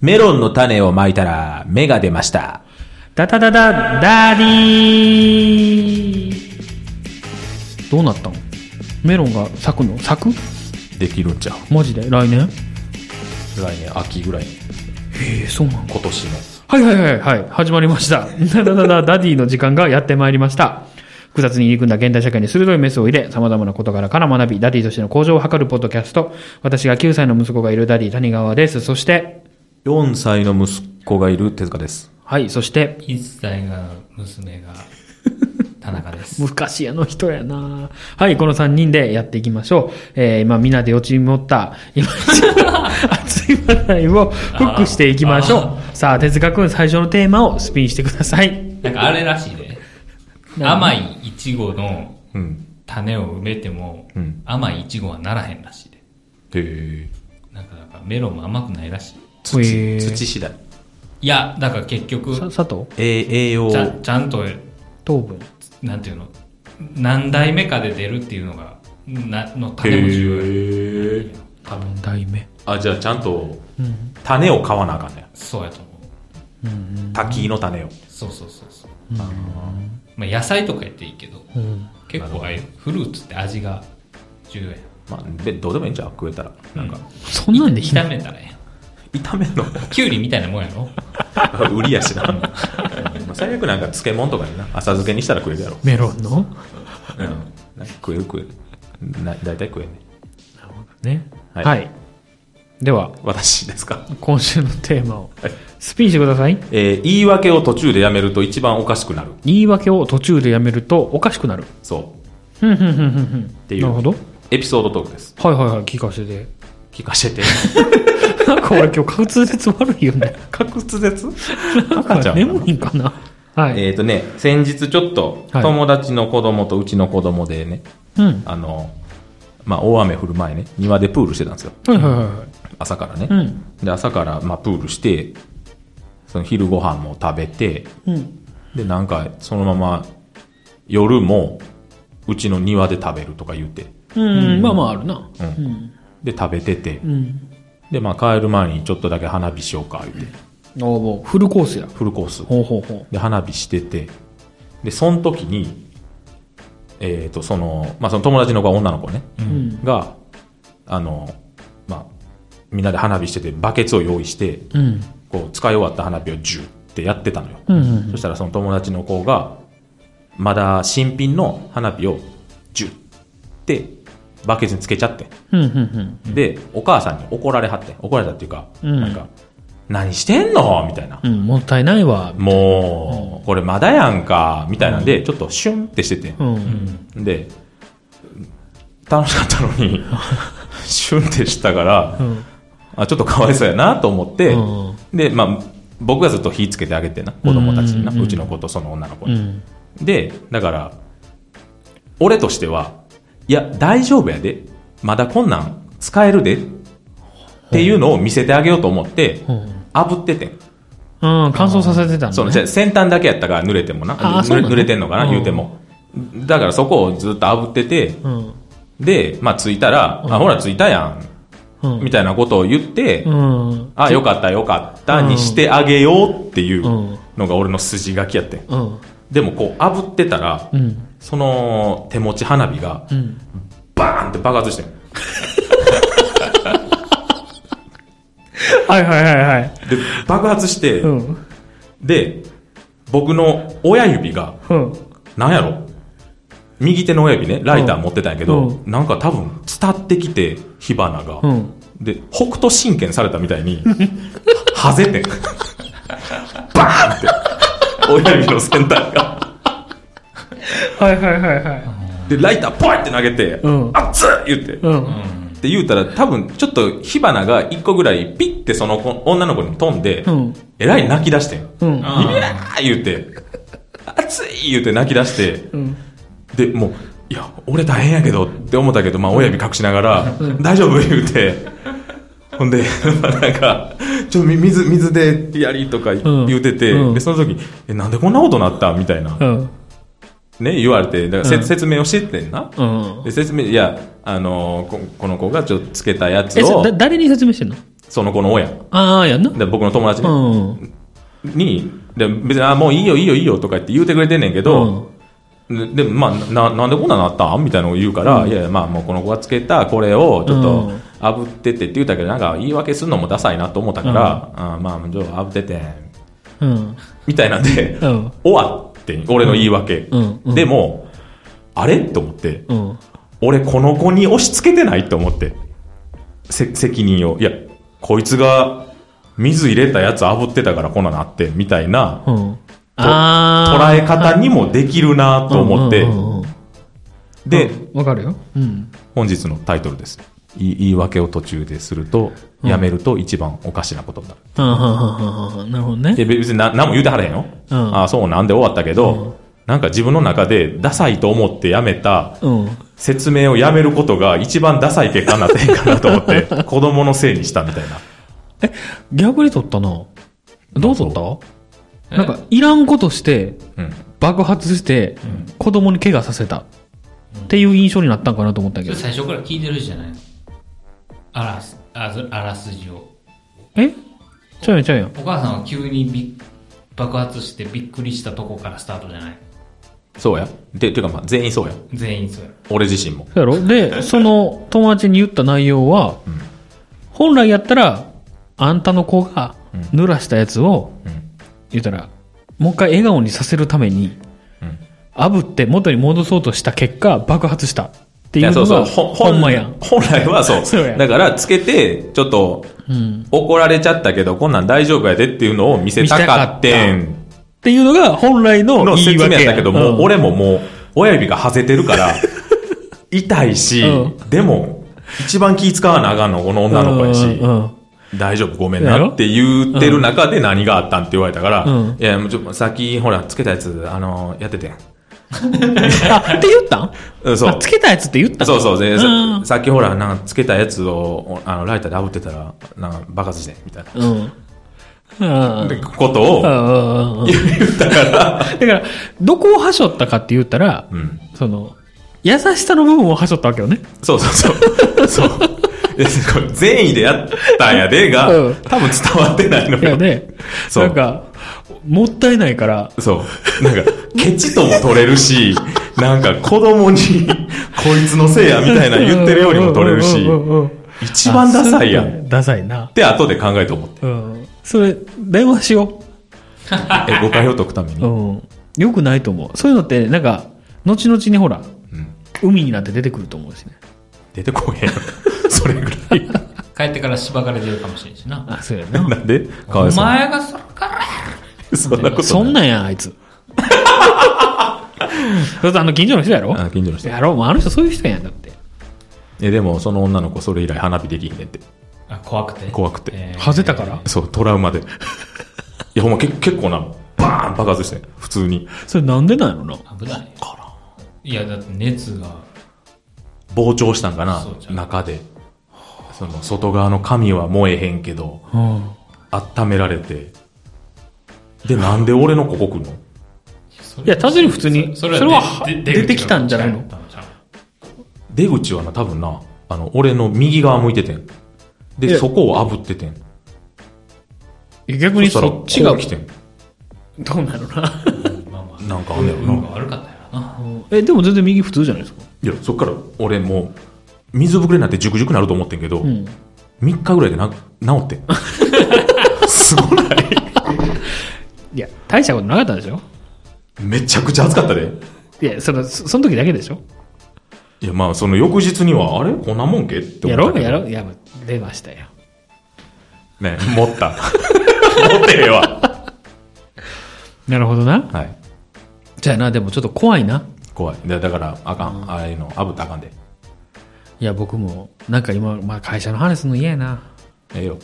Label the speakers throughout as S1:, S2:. S1: メロンの種をまいたら、芽が出ました。
S2: ダダダダダディーどうなったんメロンが咲くの咲く
S1: できるんちゃう
S2: マジで来
S1: 来
S2: 年
S1: 年秋ぐらいに、
S2: ええそうなの
S1: 今年の。
S2: はいはいはいはい。始まりました。ダダダダダディの時間がやってまいりました。複雑に入り組んだ現代社会に鋭いメスを入れ、様々な事柄から学び、ダディとしての向上を図るポッドキャスト。私が9歳の息子がいるダディ谷川です。そして、
S1: 4歳の息子がいる手塚です。
S2: はい、そして、
S3: 一歳が娘が田中です。
S2: 昔あの人やなはい、この3人でやっていきましょう。えー、今、みんなでよち持った、今、 熱い話題をフックしていきましょ
S3: あ
S2: う。さあ、手塚くん、最初のテーマをスピンしてください。
S3: なんかあれらしいで、甘いイチゴの
S1: うん。
S3: 種を埋めても、
S1: うん
S3: 甘いイチゴはならへんらしいで。
S1: へえ。
S3: なんかなんかメロンも甘くないらしい。
S1: 土、
S2: へー
S1: 土次第。
S3: いや、だから結局、
S2: さ、佐藤
S1: えー栄養
S3: ちゃんちゃんと、
S2: 糖分。
S3: なんていうの、何代目かで出るっていうのが、なの種も重要
S1: へえ。
S3: 多分、
S2: 題名。
S1: あ、じゃあちゃんと、
S2: うん。
S1: 種を買わなあかんね。
S3: そうやと思う。
S2: うん。
S1: 滝の種を。
S3: そうそうそうそう。まあ野菜とかやっていいけど、
S2: うん。
S3: 結構ああいうフルーツって味が重要やん。
S1: まあ、で、どうでもいいんじゃん、食えたら。なんか、
S2: そんなんでひ
S3: 炒
S2: な
S3: めたらええやん。
S1: 炒めん の
S3: キュウリみたいなもんやろ
S1: 売りやしな。まあ最悪なんか漬物とかにな。浅漬けにしたら食えるやろ。
S2: メロンの
S1: うん。なんか食える食える。な、大体食えるね。
S2: ね。
S1: はい
S2: はい。では、
S1: 私ですか。
S2: 今週のテーマを
S1: はい
S2: スピンしてください。
S1: えー言い訳を途中でやめると一番おかしくなる。
S2: 言い訳を途中でやめるとおかしくなる。
S1: そう。
S2: ふんふんふんふんふん。
S1: ていう
S2: なるほど。
S1: エピソードトークです。
S2: はいはいはい、聞かせて。
S1: 聞か せて。
S2: なんか俺今日滑舌悪いよね。
S1: 確舌
S2: なんか眠いんかな。はい。
S1: えっとね、先日ちょっと、
S2: はい
S1: 友達の子供とうちの子供でね、
S2: うん。
S1: あの、まあ、大雨降る前ね、庭でプールしてたんですよ。
S2: はいはいは
S1: 朝から
S2: い。う
S1: ね。
S2: ん。
S1: で、朝から、まあ、プールして、その昼ご飯も食べて、
S2: うん。
S1: で、なんか、そのまま、夜も、うちの庭で食べるとか言って、
S2: うん。まあまああるな。
S1: う
S2: うん。
S1: で、食べてて
S2: う、ん。
S1: で、まあ、帰る前にちょっとだけ花火しようか、言って、
S2: ああ、もうフルコースや。
S1: フルコース。
S2: ほうほうほう。
S1: で、花火してて、で、その時に、えっ、と、その、まあ、その友達の子は女の子ね、
S2: うん。
S1: が、あの、まあ、みんなで花火してて、バケツを用意して、
S2: うん。
S1: こう、使い終わった花火をジューってやってたのよ。
S2: うんうん
S1: そしたらその友達の子が、まだ新品の花火をジューって、バケツにつけちゃって。
S2: うんうん
S1: で、お母さんに怒られはって。怒られたっていうか、
S2: うん
S1: なんか、何してんのみたいな。
S2: うん。うん。もったいないわ。
S1: もう、これまだやんか、みたいなんで、ちょっとシュンってしてて
S2: う。。
S3: うんん。
S1: で、楽しかったのに、 シュンってしたから
S2: う、ん。
S1: あ、ちょっとかわいそうやなと思って
S2: うん、
S1: で、まあ、僕がずっと火つけてあげてな、子供たちにな、
S2: うんうんうん
S1: うちの子とその女の子
S2: う
S1: に。
S2: ん。
S1: で、だから、俺としては、いや、大丈夫やで。まだこんなん使えるで。っていうのを見せてあげようと思って、
S2: うん。
S1: 炙っててん。
S2: 乾燥させてたのね。
S1: そうね、じゃあ先端だけやったから濡れてもな。
S2: あーそう
S1: 濡
S2: な
S1: れ濡
S2: の
S1: れてんのかな、
S2: うん
S1: 言うても。だからそこをずっと炙ってて、
S2: うん。
S1: で、まあ着いたら、あ、ほら着いたや、
S2: うんん。
S1: みたいなことを言って、
S2: うん。
S1: あ、よかったよかったにしてあげようっていう
S2: うん
S1: のが俺の筋書きやってん。
S2: うん。
S1: でもこう炙ってたら、
S2: うん。
S1: その手持ち花火が
S2: うん。
S1: バーンって爆発してん。
S2: はいはいはいはい。
S1: で、爆発して、
S2: うん。
S1: で、僕の親指が、
S2: うん。
S1: なんやろ右手の親指ね、ライター持ってたんやけど、
S2: う
S1: なんか多分伝ってきて、火花が。
S2: うん。
S1: で、北斗神拳されたみたいに、 はぜてん。 バーンって、親指の先端が。
S2: はいはいはいは
S1: で、ライターポイって投げて、
S2: うん
S1: あっつ言って。
S2: い。
S1: っ
S2: うん。
S1: て言うたら、多分ちょっと火花が一個ぐらいピッてその子女の子に飛んで、
S2: うん。
S1: えらい泣き出してん。
S2: うん。
S3: あー
S1: いやー言うて、熱い言うて泣き出して、
S2: うん。
S1: で、もう、いや、俺大変やけどって思ったけど、まあ親指隠しながら、大丈夫言うて、ほんで、 まあなんか、ちょ、み水、水でやりとか
S2: ん
S1: 言うてて、
S2: うん
S1: で、その時、え、なんでこんなことなったみたいな、
S2: うん。
S1: ね、言われて、だからせ、
S2: うん
S1: 説明をしてってんな。
S2: うん。
S1: で説明、いや、あのーこ、この子がちょっとつけたやつ
S2: え、そ
S1: を
S2: だ、誰に説明してんの
S1: その子の親。
S2: ああ、やんな。
S1: で僕の友達
S2: う
S1: ね、
S2: ん。
S1: に、で別に、あ、もういいよいいよいいよとか言って言うてくれてんねんけど、ででまあ、ななんでこんなんなったんみたいなのを言うから、いやいや、まあもうこの子がつけたこれをちょっと
S2: うん
S1: 炙ってってって言ったけど、なんか言い訳するのもダサいなと思ったから、あまあ、じゃあ炙っててん、
S2: うん。うん。
S1: みたいなんで、
S2: うん。
S1: 終わってん俺の言い訳。
S2: うんうん
S1: でも、あれと思って、
S2: うん。
S1: 俺この子に押し付けてないと思って。せ、責任を。いや、こいつが水入れたやつ炙ってたからこんなのあって、みたいな
S2: うん。
S1: と捉え方にもできるなと思って
S2: うん。うんうんうん
S1: で、
S2: うんわかるよ。うん。
S1: 本日のタイトルです。い言い訳を途中ですると、
S2: うん
S1: やめると一番おかしなことになる。
S2: はんはんはんはんはんなるほどね
S1: い。や別にな何も言うてはれへんよ。
S2: うん
S1: ああ、そうなんで終わったけど、
S2: うん
S1: なんか自分の中でダサいと思ってやめた
S2: うん。
S1: 説明をやめることが一番ダサい結果になってへんかなと思って、 子供のせいにしたみたいな。
S2: 逆に取ったな。どう取った
S3: え
S2: なんか、いらんことして、
S1: うん。
S2: 爆発して、子供に怪我させた。っていう印象になったんかなと思ったけ
S3: そ
S2: ど
S3: れ。最初から聞いてるじゃないのあらすあずあらすじを
S2: えちゃうやんちゃうやん。
S3: お母さんは急にび爆発してびっくりしたとこからスタートじゃない
S1: そうや。で、ていうかまあ全員そうや。
S3: 全員そうや
S1: 俺自身も。
S2: そうやろで、その友達に言った内容は、本来やったら、あんたの子が濡らしたやつを、
S1: うん。
S2: 言ったら、もう一回笑顔にさせるために、
S1: うん。
S2: 炙って元に戻そうとした結果、爆発したって
S1: い
S2: いう
S1: や、そ
S2: の
S1: うそ
S2: が、
S1: う。ほ
S2: ほんまやん。
S1: 本来はそう。
S2: そうや
S1: だから、つけて、ちょっと、
S2: うん。
S1: 怒られちゃったけど、こんなん大丈夫やでっていうのを見せたかって
S2: 見せ
S1: ん。
S2: っていうのが本来の
S1: の
S2: 言い
S1: 説明
S2: 訳
S1: やったけど、もう、
S2: ん
S1: 俺ももう、親指が外れてる から、痛いし、
S2: う
S1: でも、一番気使わなあかんの、この女の子やし、
S2: うんうん
S1: 大丈夫、ごめんなって言ってる中で何があったんって言われたから、
S2: うん
S1: いや、もうちょ、さっき、ほら、つけたやつ、あの、やっててん。
S2: あ、って言ったん
S1: うん、そう
S2: あ。つけたやつって言ったん
S1: そうそう、でさ
S2: うん
S1: さっきほら、なんかつけたやつを、おあの、ライターで炙ってたら、なんか爆発してん、みたいな。
S2: うん。うん。
S1: でことを
S2: う、んうんうん。だから、どこをはしょったかって言ったら、
S1: うん。
S2: その、優しさの部分をはしょったわけよね。
S1: そうそうそう。そう。 いやこれ善意でやったんやでが、
S2: うん
S1: 多分伝わってないの
S2: いや
S1: よ。
S2: ね。
S1: そう
S2: なんか、もったいないから、
S1: そう。なんか、ケチとも取れるし、なんか子供に、こいつのせいやみたいな言ってるようにも取れるし
S2: う、んうんうんうん
S1: 一番ダサいや
S2: あそう
S1: っ
S2: ねダサいな。
S1: て後で考えて思って。
S2: うん。それ、電話しよ
S1: え、誤解を解くため
S2: う。
S1: に。
S2: うん。よくないと思う。そういうのって、なんか、後々にほら、
S1: うん。
S2: 海になって出てくると思うしね。
S1: 出てこへんよ。それぐらい。
S3: 帰ってからしばかれてるかもしれんしな
S2: あ、そうやな。
S1: なんでかわ
S3: お
S1: いそうに。
S3: 前がそれから
S1: そんなことない。
S2: そんなんやん、あい つ。そうとあの、近所の人やろ
S1: あ近所の人
S2: やろもうあの人そういう人やん、だって。
S1: えでもその女の子それ以来花火できんねんって
S3: あ怖くて
S1: 怖くて
S3: えー
S2: はぜたから
S1: そうトラウマでいやほんまけ結構なバーン爆発してん普通に
S2: それなんでなんやろな。
S3: 危ないいやだって熱が
S1: 膨張したんかな
S3: そうじゃん
S1: 中でその外側の紙は燃えへんけど
S2: うん。
S1: 温められてでなんで俺のここ来んの
S2: いや単純に普通にそれは
S3: で
S2: 出
S3: 出口
S2: てきたんじゃないの
S3: 出たんちゃう
S1: 出口はな多分なあの俺の右側向いててん
S2: い
S1: で
S2: や
S1: そこを炙っててん
S2: 逆
S1: そ
S2: に
S1: したら
S2: そ
S1: こ
S2: っ
S1: う
S2: ちが、
S1: 来てん
S2: どうなるな。
S3: まあまあ
S1: なんかあんねやろ
S3: 運
S1: な
S3: が悪かったやろな
S2: え、でも全然右普通じゃないですか。
S1: いやそっから俺もう水ぶくれになってジュクジュクなると思ってんけど、
S2: うん。
S1: 3日ぐらいでな治って んすごない
S2: いや、大したことなかったでしょ
S1: めちゃくちゃ暑かったで
S2: いや、その、そその時だけでしょ
S1: いやまあその翌日にはあれこんなもんけって
S2: や
S1: 思
S2: ろ
S1: ったけ
S2: う
S1: ど
S2: やろういや、出ましたよ。
S1: ね持った 持ってへんわ
S2: なるほどな。
S1: はい
S2: じゃあな、でもちょっと怖いな。
S1: 怖いだだからあかん、ああいうのあぶったらあかんで
S2: いや、僕も、なんか今、まあ会社の話すんの嫌やな。
S1: ええよ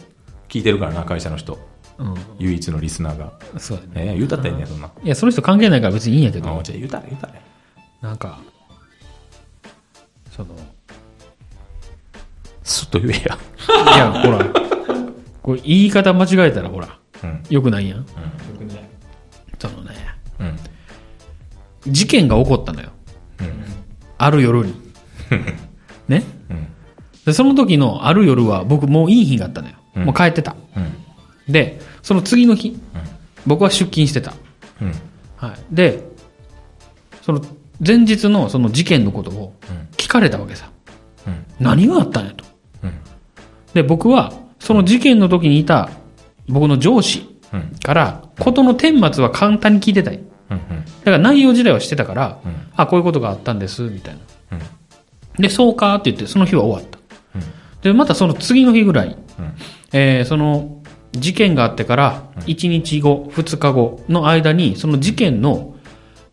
S1: 聞いてるからな会社の人
S2: うん。
S1: 唯一のリスナーが
S2: そうやね。
S1: ええ言うたったらいいねんそんない
S2: や、その人関係ないから別にいいんやけ
S1: あ
S2: ど、
S1: じゃあ言うたら言うたら
S2: なんか、その、
S1: すっと言えや
S2: いや、ほら、これ言い方間違えたらほら、
S1: うん
S2: よくないやん。
S3: 特にない
S2: そのね、
S1: うん
S2: 事件が起こったのよ。
S1: うん
S2: ある夜に。ね
S1: うん
S2: で、その時のある夜は僕もういい日があったのよ。
S1: ううん
S2: もう帰ってた。
S1: うん
S2: で、その次の日、僕は出勤してた。
S1: うん
S2: はい。で、その前日のその事件のことを
S1: うん
S2: 聞かれたわけさ。
S1: うん
S2: 何があったんやと。
S1: うん
S2: で、僕はその事件の時にいた僕の上司
S1: うん
S2: から、ことの顛末は簡単に聞いてたい。
S1: うん
S2: だから内容自体はしてたから、
S1: うん
S2: あ、こういうことがあったんです、みたいな。
S1: うん
S2: で、そうかって言って、その日は終わった。
S1: うん
S2: で、またその次の日ぐらい、
S1: うん
S2: えーその事件があってから、1日後、2日後の間に、その事件の、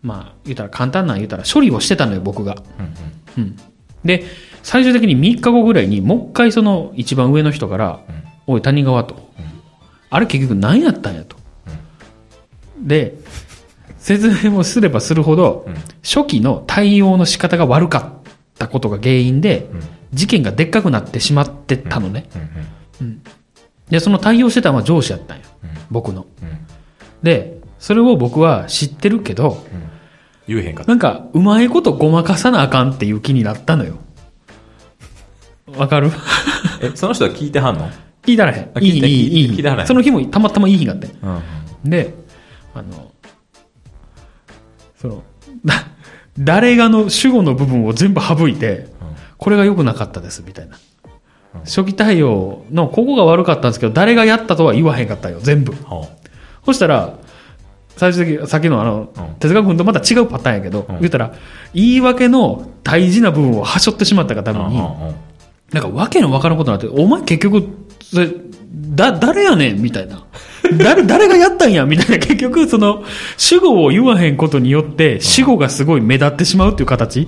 S2: まあ、言ったら簡単な言ったら処理をしてたのよ、僕が。
S1: うん
S2: うん。で、最終的に3日後ぐらいに、もう一回その一番上の人から、おい、谷川と。あれ結局何やったんやと。で、説明をすればするほど、
S1: うん
S2: 初期の対応の仕方が悪かったことが原因で、
S1: うん
S2: 事件がでっかくなってしまってたのね。
S1: うんうん
S2: で、その対応してたのは上司やったんや。僕の。
S1: うん
S2: で、それを僕は知ってるけど、
S1: 言えへんかった
S2: なんか、うまいことごまかさなあかんっていう気になったのよ。わかる
S1: えその人は聞いてはんの
S2: 聞いたらへん。
S1: あ
S2: いい、
S1: 聞いた
S2: いい、
S1: 聞
S2: い
S1: いた聞いたらへん
S2: その日もたまたまいい日があって。
S1: うん
S2: で、あの、その、 だ誰がの主語の部分を全部省いて、これが良くなかったです、みたいな。初期対応の、ここが悪かったんですけど、誰がやったとは言わへんかったよ、全部。
S1: ほ
S2: そしたら、最終的に、さっきのあの、
S1: うん
S2: 哲学君とまた違うパターンやけど、
S1: うん
S2: 言ったら、言い訳の大事な部分をはしょってしまったがた
S1: う
S2: め
S1: うん
S2: に、
S1: うんうん
S2: なんかわけのわからんことになって、お前結局、それ、だ、誰やねんみたいな。誰、 誰がやったんやみたいな。結局、その、主語を言わへんことによって、死語がすごい目立ってしまうっていう形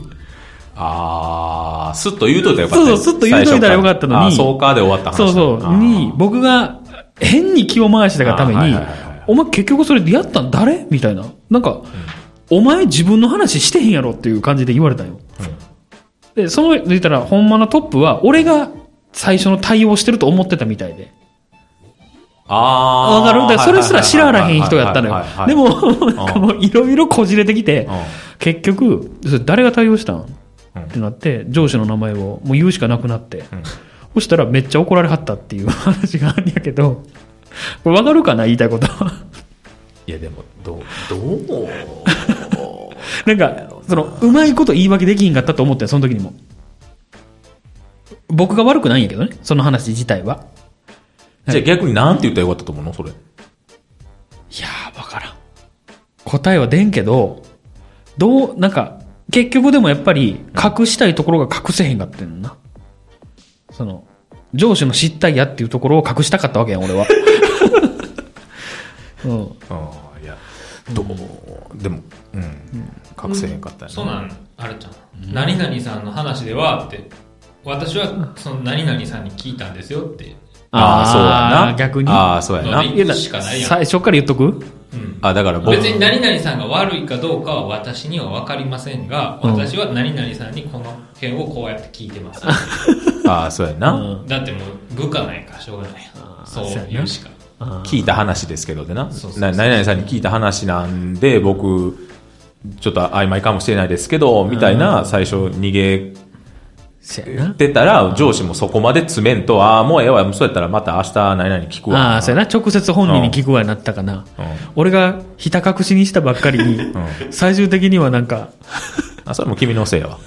S1: あーすっと言うといたらよかったね
S2: そうそうすっと言うといたらよかったの
S1: 最
S2: に
S1: 初らあーそうかで終わった話
S2: そうそう。に、僕が変に気を回したがため
S1: あーはい
S2: に
S1: はいはいはい、
S2: お前結局それでやったん誰みたいな。なんか、お前自分の話してへんやろっていう感じで言われたよ。で、その、言ったら、ほんまのトップは、俺が最初の対応してると思ってたみたいで。
S1: ああ
S2: わかるだからそれすら知ららへん人やったのよ。でも、なんかもういろいろこじれてきて、結局、それ誰が対応したん
S1: うん
S2: ってなって、上司の名前をもう言うしかなくなって
S1: ん、
S2: そしたらめっちゃ怒られはったっていう 話があるんやけど、これわかるかな言いたいこと。
S1: いやでもどうどう
S2: なんか、その、うまいこと言い訳できひんかったと思ってんその時にも。僕が悪くないんやけどね、その話自体は。
S1: じゃあ逆になんて言ったらよかったと思うのそれ
S2: いやー、わからん。答えは出んけど、どう、なんか、結局でもやっぱり、隠したいところが隠せへんかってんな。その、上司の失態やっていうところを隠したかったわけやん、俺は。 うん。
S1: ああいやどうでもうん隠せへんかったよね
S3: そうなん、あるじゃん。何々さんの話ではって、私はその何々さんに聞いたんですよって。
S1: ああそうやな
S2: ー逆に。
S1: ああそうやな
S2: 言えた
S3: しかないやん
S2: 最初から言っとく
S3: うん。
S1: あだから僕
S3: 別に何々さんが悪いかどうかは私には分かりませんが、
S2: うん
S3: 私は何々さんにこの件をこうやって聞いてます。
S1: ああそうやな、
S2: うん
S3: だってもう部下ないからしょうがない
S2: あ
S3: や
S2: ー
S3: ん。そう
S2: そうやな
S3: 言うしか。
S2: あー
S1: 聞いた話ですけどでな
S3: そうそうそう
S1: な何々さんに聞いた話なんで僕ちょっと曖昧かもしれないですけどみたいな最初逃げ
S2: せやな。
S1: てたら上司もそこまで詰めんとああもうええわそうやったらまた明日何々聞くわ
S2: ああー、そうやな。直接本人に聞くわになったかな。
S1: うん
S2: 俺がひた隠しにしたばっかりに、最終的にはなんか、
S1: あそれも君のせいやわ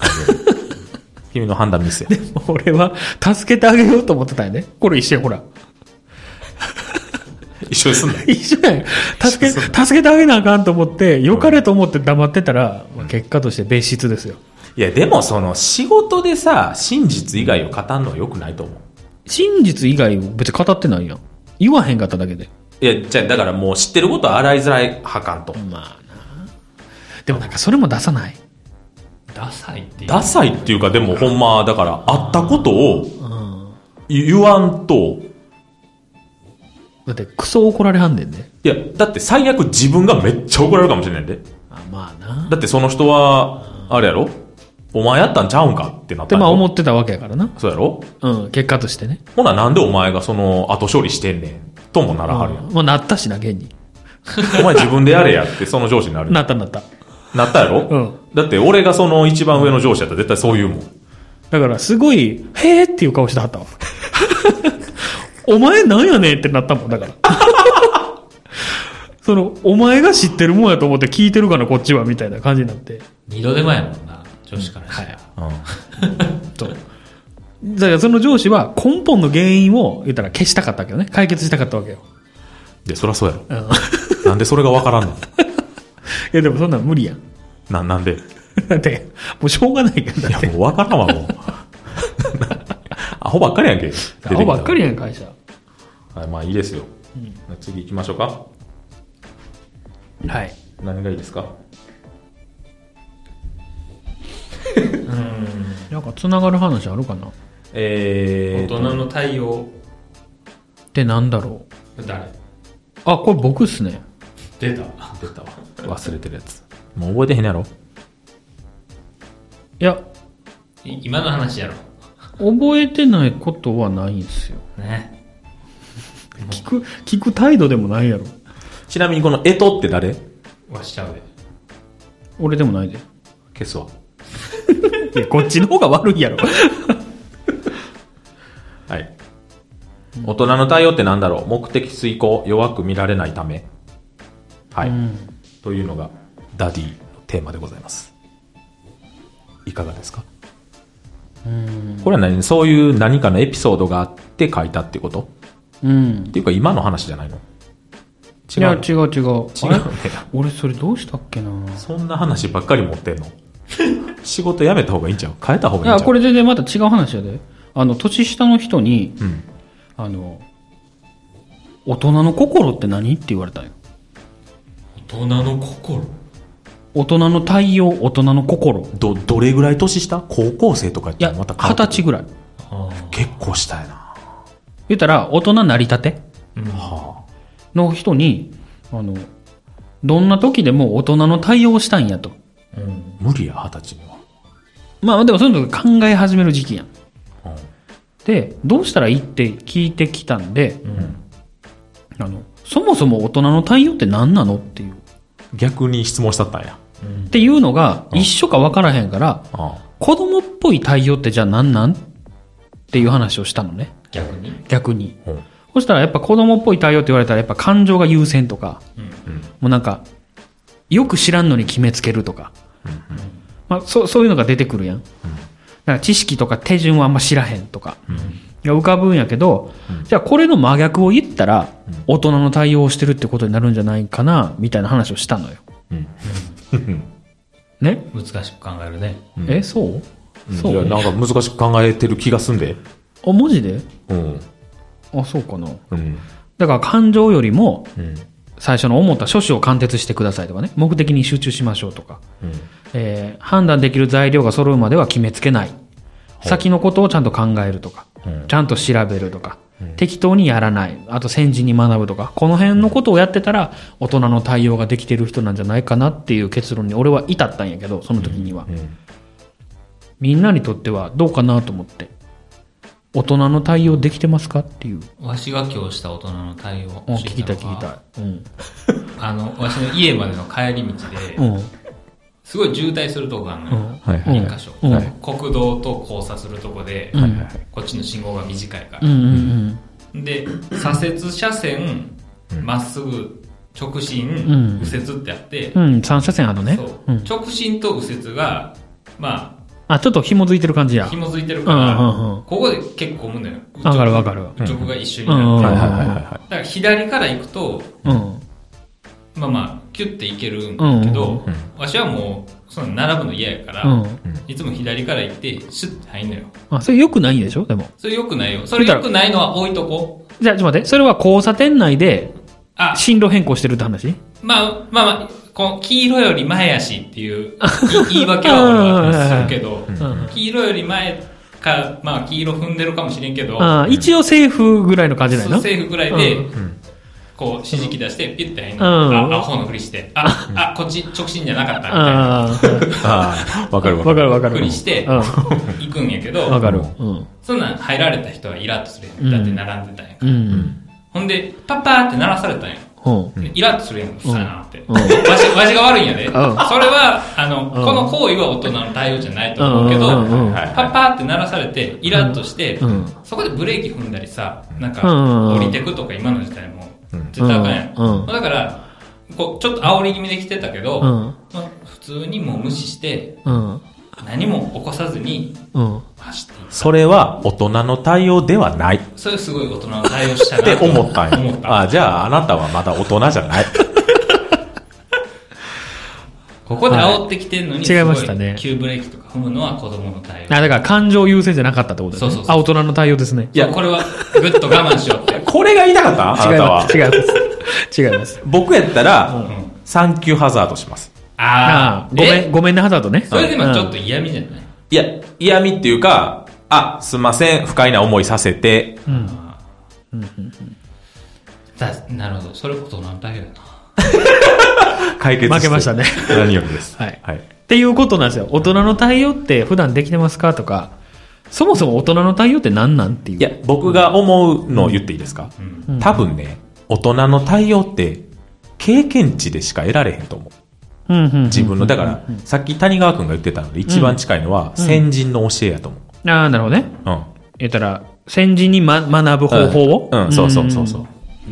S1: 君の判断ミスや
S2: 俺は助けてあげようと思ってたんやね。これ一緒や、ほら。
S1: 一緒にすんの
S2: 一緒やん。助け、助けてあげなあかんと思って、よかれと思って黙ってたら、まあ結果として別室ですよ。
S1: いやでもその仕事でさ真実以外を語るのは良くないと思う
S2: 真実以外別に語ってないやん。言わへんかっただけで。
S1: いやじゃあだからもう知ってることは洗いづらいはかんと、
S2: まあな。でもなんかそれも出さない。
S3: ダサいっていう。
S1: ダサいっていうかでもほんまだからあったことを
S2: うん。
S1: 言わんと
S2: だってクソ怒られはんねんね。
S1: いやだって最悪自分がめっちゃ怒られるかもしれないんで
S2: あまあな。
S1: だってその人はあれやろお前やったんちゃうんかってなっ
S2: っ
S1: ん
S2: たて
S1: や
S2: まあ
S1: ろ
S2: 思ってたわけやからな。
S1: そうやろ
S2: うん、結果としてね。
S1: ほななんでお前がその後処理してんねんともならはるやん、
S2: うんまあなったしな、現に。
S1: お前自分でやれやってその上司になるやん
S2: なったなった。
S1: なったやろ、
S2: うん
S1: だって俺がその一番上の上司やったら絶対そう言うもん
S2: だから、すごい、へーっていう顔してはったわ。お前なんやねんってなったもん、だから。 その、お前が知ってるもんやと思って聞いてるからこっちは、みたいな感じになって。
S3: 二度手前やもんな、女子からしたら。
S2: と。だからその上司は根本の原因を言ったら消したかったわけどね。解決したかったわけよ。
S1: で、そりゃそうやろ。
S2: うん い
S1: なんでそれがわからんの
S2: や、でもそんなん無理やん。
S1: な、なんで。い
S2: だ って、もうしょうがないから。
S1: や、もうわからんわ、もう。 アホばっかりやんけ。
S2: アホばっかり
S1: や
S2: やん、会社。
S1: はい、まあいいですよ。次行きましょうか。
S2: はい。
S1: 何がいいですか
S2: なんか繋がる話あるかなっ
S1: え
S3: 大
S1: ーと
S3: 人の対応、
S2: てなんだろう。
S3: 誰
S2: あ、これ僕っすね。
S3: 出た。
S1: 出たわ忘れてるやつもう覚えてへんやろ
S2: いや、
S3: い今の話やろ。
S2: 覚えてないことはないんですよ。
S3: ね。
S2: 聞く、聞く態度でもないやろ。
S1: ちなみにこの「えと」って誰
S3: わしちゃうで。
S2: 俺でもないで。
S1: 消すわ
S2: いや、こっちの方が悪いやろ。
S1: はい大人の対応ってなんだろう目的遂行弱く見られないためはい、というのがダディのテーマでございますいかがですかこれは何そういう何かのエピソードがあって書いたってこと
S2: うん。
S1: っていうか今の話じゃないの
S2: いや、
S1: 違う
S2: 違う違
S1: 違
S2: う。
S1: う
S2: あれ
S1: ね
S2: 俺それどうしたっけな
S1: そんな話ばっかり持ってんの仕事辞めた方がいいんちゃう変えた方
S2: い
S1: がいいん
S2: や、
S1: ちゃう
S2: これ全然また違う話やで。あの、年下の人に、
S1: うん
S2: あの、大人の心って何って言われたんよ。
S3: 大人の心
S2: 大人の対応、大人の心。い
S1: ど、どれぐらい年下高校生とかやった
S2: や、
S1: らまた
S2: 二十歳ぐらい。
S3: ああ。
S1: 結構下やな。
S2: 言ったら、大人なりたて
S3: うん。
S1: はあ、
S2: の人に、あの、どんな時でも大人の対応をしたいんやと。
S3: うん。
S1: 無理や、二十歳には。
S2: まあでもそういうの考え始める時期やん。
S1: うん。
S2: で、どうしたらいいって聞いてきたんで、
S3: うん。
S2: あの、そもそも大人の対応って何なのっていう。
S1: 逆に質問したったんや。
S2: っていうのが一緒か分からへんから、
S1: あ
S2: 子供っぽい対応ってじゃあ何なんっていう話をしたのね。
S3: 逆に
S2: 逆に。
S1: あ。うん。
S2: そしたらやっぱ子供っぽい対応って言われたらやっぱ感情が優先とか、もうなんか、よく知らんのに決めつけるとか、まあそう、そういうのが出てくるやん。だから知識とか手順はあんま知らへんとか、が浮かぶんやけど、じゃあこれの真逆を言ったら、大人の対応をしてるってことになるんじゃないかな、みたいな話をしたのよ。 ね、
S3: 難しく考えるね。
S2: え、そう
S1: うん
S2: そう
S1: いや、なんか難しく考えてる気がすんで。
S2: あ、文字で
S1: うん。
S2: あ、そうかな。
S1: うん。
S2: だから感情よりも、
S1: うん。
S2: 最初の思った書種を貫徹してくださいとかね、目的に集中しましょうとか、
S1: うん。
S2: えー判断できる材料が揃うまでは決めつけない。先のことをちゃんと考えるとか、ちゃんと調べるとか、適当にやらない、あと先人に学ぶとか、この辺のことをやってたら、大人の対応ができてる人なんじゃないかなっていう結論に俺は至ったんやけど、その時には。
S1: うん。
S2: みんなにとってはどうかなと思って、大人の対応できてますかっていう。
S3: わしが今日した大人の対応。
S2: うん聞きたい聞きたい。うん。
S3: い。あの、わしの家までの帰り道で、
S2: うん。
S3: すごい渋滞するとこがあるのよ。
S1: はいはい
S2: うん
S3: 一箇所、
S2: うん
S3: 国道と交差するとこで、
S2: うん
S1: はいはいはい。
S3: こっちの信号が短いか
S2: う
S3: ら、
S2: んうん
S3: で左折車線ま、っすぐ直進、
S2: ん
S3: 右折ってあって
S2: う、ん。うん、三車線あるね
S3: そう。
S2: うん。
S3: 直進と右折がま
S2: あ、ちょっと紐づいてる感じ
S3: あ
S2: や。
S3: 紐づいてるから、
S2: うんうんうん
S3: ここで結構混むのよ
S2: わかるわかる。
S3: 直直が一緒になる、
S2: うんうん
S1: は
S2: う
S1: い
S2: ん
S3: だ
S1: はいはいはいは
S3: から左から行くと
S2: うん。
S3: まあまあキュッて行けるんだけど、
S1: うん
S3: わしはもうその並ぶの嫌やから、
S2: うん。
S3: いつも左から行ってシュッて入んのよ
S2: あ、それ良くないんでしょでも。
S3: それ良くないよそれ良くないのは置いとこう
S2: じゃあ、ちょっと待って。それは交差点内で
S3: あ、
S2: 進路変更してるって話
S3: まあ、まあまあ、この黄色より前やしっていう い言い訳は俺はするけど、
S2: ん
S3: 黄色より前か、まあ黄色踏んでるかもしれんけど、
S2: あ一応セーフぐらいの感じだよ
S3: そ
S2: な。
S3: う政府ぐらいで、
S2: うん
S3: こう指示器出して、ピュッて入ん
S2: うん
S3: の。あ、アホのふりして、あ、 あ、こっち直進じゃなかったみたいな。
S2: ああ。
S1: ああ、わかるわか
S2: わか
S1: る。
S2: るわか
S3: ふ
S2: る。
S3: りして、
S2: うん。
S3: 行くんやけ
S2: わ
S3: ど、
S2: かる。うん。
S3: そんなん入られた人はイラッとするや
S2: うん
S3: ん。だって並んでたんやか
S2: う
S3: ら。
S2: ん。
S3: ほんで、パッパーって鳴らされたんや。
S2: うん。
S3: イラッとするやん、さあなって。
S2: うん
S3: わし、わしが悪いんやで。
S2: ん
S3: それは、あの、
S2: うん
S3: この行為は大人の対応じゃないと思うけど、
S2: うんうんうんうん
S3: パッパーって鳴らされて、イラッとして、
S2: うん
S3: そこでブレーキ踏んだりさ、なん
S2: う
S3: か、
S2: んうんうん
S3: 降りてくとか今の時代も、絶対あかんやん。
S2: うんうん
S3: だから、こう、ちょっと煽り気味で来てたけど、
S2: うん
S3: まあ普通にもう無視して、
S2: うん。
S3: 何も起こさずに
S2: うん。
S3: 走っていく。
S1: それは大人の対応ではないっ
S3: それすごい大人の対応したな
S1: て思 ったん
S3: 思っ
S1: よ。
S3: た。
S1: あ、じゃああなたはまだ大人じゃない。
S3: ここで煽ってきてんのに、
S2: はい違いましたね
S3: すご急ブレーキとか踏むのは子供の対応。
S2: あ、だから感情優先じゃなかったってことですね。
S3: そうそうそう
S2: あ、大人の対応ですね。
S3: いや、これはぐっと我慢しよう って。
S1: これが言いたかったあ
S2: 違
S1: な
S2: い
S1: た
S2: ま
S1: は
S2: す。。違います。違い ます。
S1: 僕やった
S3: う
S1: ら、
S3: ん
S1: サンキューハザードします。
S2: ああ
S3: ああ、
S2: ごめん、
S3: え
S2: ごめんね、ハザードね。
S3: それでもちょっ
S2: うん
S3: と嫌味じゃない
S1: いや、嫌味っていうか、あ、すんません、不快な思いさせて、
S3: だなるほど。それこそなんだけどな。
S1: 解決して
S2: 負けましたね。
S1: 何よりです。
S2: はい
S1: はい。
S2: っていうことなんですよ。大人の対応って普段できてますかとか、そもそも大人の対応って何なんっていう。
S1: いや、僕が思うのを言っていいですか、
S2: うん
S1: 多分ね、大人の対応って、経験値でしか得られへんと思う。
S2: うんうんうん、
S1: 自分の。だから、さっき谷川くんが言ってたので、一番近いのは、先人の教えやと思う。
S2: ああ、なるほどね。
S1: うん。
S2: 言ったら、先人に、ま、学ぶ方法を、
S1: うん、うんそうそうそうそう。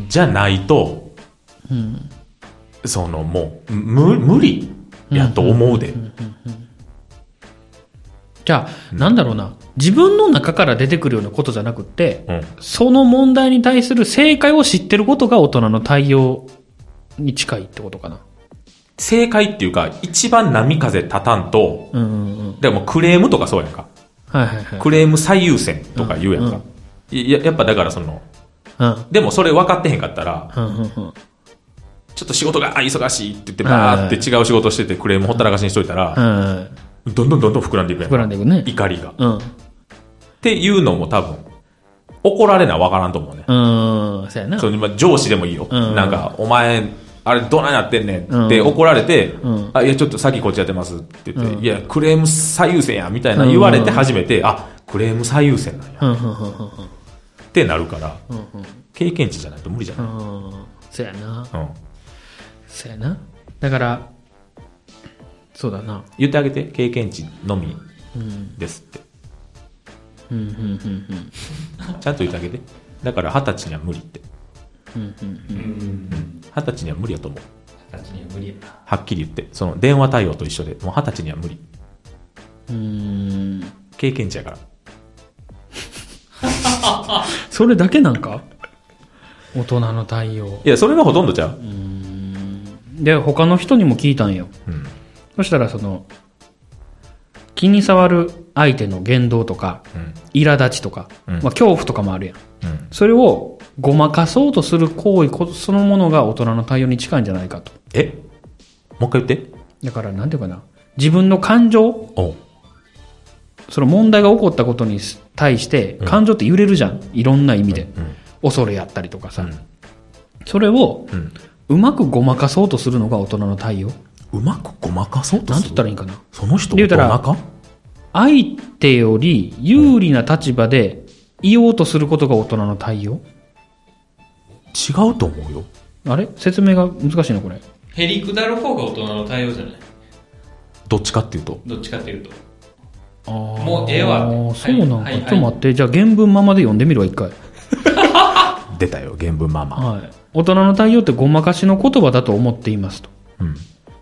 S1: じゃないと、その、もう、む、無理やと思うで。
S2: じゃあ、なんだろうな。自分の中から出てくるようなことじゃなくって、
S1: うん。
S2: その問題に対する正解を知ってることが大人の対応に近いってことかな。
S1: 正解っていうか、一番波風立たんと、
S2: うんうんうん。
S1: でもクレームとかそうやんか。
S2: はいはいはい。
S1: クレーム最優先とか言うやんか。
S2: うん
S1: いや、やっぱだからその、
S2: うん。
S1: でもそれ分かってへんかったら、
S2: うんうんうん。
S1: ちょっと仕事があ忙しいって言って、バーって違う仕事しててクレームほったらかしにしといたら、
S2: うん。
S1: どんどんどんどん膨らんでいくやん
S2: 膨らんでいくね。
S1: 怒りが。っ
S2: うん。
S1: ていうのも多分、怒られな分からんと思うね。
S2: うん。そうやな。
S1: そのまあ上司でもいいよ。
S2: うん
S1: なんか、お前、あれどないなってんねんって
S2: うん
S1: 怒られて
S2: ん、
S1: あ、いや、ちょっとさっきこっちやってますって言っ
S2: うん
S1: て、いや、クレーム最優先や、みたいな言われて初めて、あ、クレーム最優先なんや。
S2: うんうんうんうんうん。
S1: ってなるから、
S2: うんうん
S1: 経験値じゃないと無理じゃない。
S2: うんそうやな。
S1: うん。
S2: そうやな。だから、そうだな。
S1: 言ってあげて、経験値のみですって。
S2: うん、うん、うん、
S1: ちゃんと言ってあげて。だから、二十歳には無理って。
S2: うん。うん、
S3: うん。
S1: 二十歳には無理やと思う。
S3: 二十歳には無理やな。
S1: はっきり言って。その、電話対応と一緒で、もう二十歳には無理。
S2: うん。うん。
S1: 経験値やから。
S2: それだけなんか大人の対応。
S1: いや、それがほとんどちゃう。
S2: で、他の人にも聞いたんよ。
S1: うん。
S2: そしたら、その、気に障る相手の言動とか、
S1: うん。
S2: 苛立ちとか、
S1: うん
S2: まあ、恐怖とかもあるやん。
S1: うん。
S2: それをごまかそうとする行為こそのものが大人の対応に近いんじゃないかと。
S1: えもう一回言って。
S2: だから、なんていうかな。自分の感情
S1: おう
S2: その問題が起こったことに対して
S1: うん
S2: 感情って揺れるじゃん、いろんな意味で、
S1: うん。
S2: 恐れやったりとかさ、
S1: うん
S2: それを
S1: うん。
S2: うまくごまかそうとするのが大人の対応
S1: うまくごまかそうと
S2: なん
S1: する
S2: て言ったらいいんかな
S1: その人
S2: 言うたら
S1: 大人か
S2: 相手より有利な立場で言おうとすることが大人の対応
S1: 違うと思うよ。
S2: あれ説明が難しいなこれ
S3: へりくだる方が大人の対応じゃない
S1: どっちかっていうと。
S3: どっちかっていうと。
S2: も
S3: うええわ
S2: そうなんか、
S3: はいはいは
S2: ちょ
S3: い
S2: っと待ってじゃあ原文ままで読んでみるわ一回、
S1: 出たよ、原文ママ。
S2: はい、大人の対応ってごまかしの言葉だと思っていますと
S1: うん。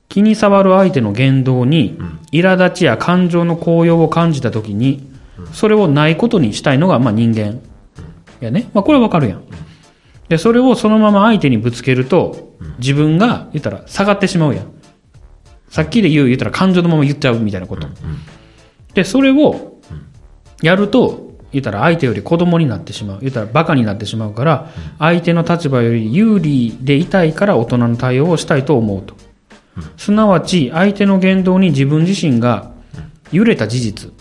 S2: 気に障る相手の言動に、苛立ちや感情の高揚を感じたときに、それをないことにしたいのが、まあ人間。やね。まあこれはわかるやん。で、それをそのまま相手にぶつけると、自分が、言ったら下がってしまうやん。さっきで言う、言ったら感情のまま言っちゃうみたいなこと。で、それを、やると、言ったら相手より子供になってしまう。言ったらバカになってしまうから、相手の立場より有利でいたいから大人の対応をしたいと思うと。すなわち、相手の言動に自分自身が揺れた事実。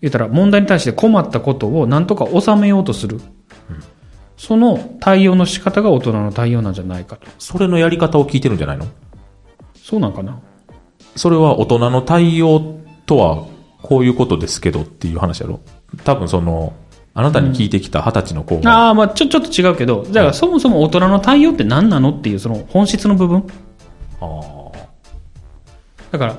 S2: 言ったら、問題に対して困ったことを何とか収めようとする。その対応の仕方が大人の対応なんじゃないかと。
S1: それのやり方を聞いてるんじゃないの
S2: そうなんかな
S1: それは大人の対応とは、こういうことですけどっていう話やろ多分その、あなたに聞いてきた二十歳の子が、
S2: ああ、まあちょ、ちょっと違うけど、じゃあ、そもそも大人の対応って何なのっていう、その本質の部分。
S1: ああ
S2: だから、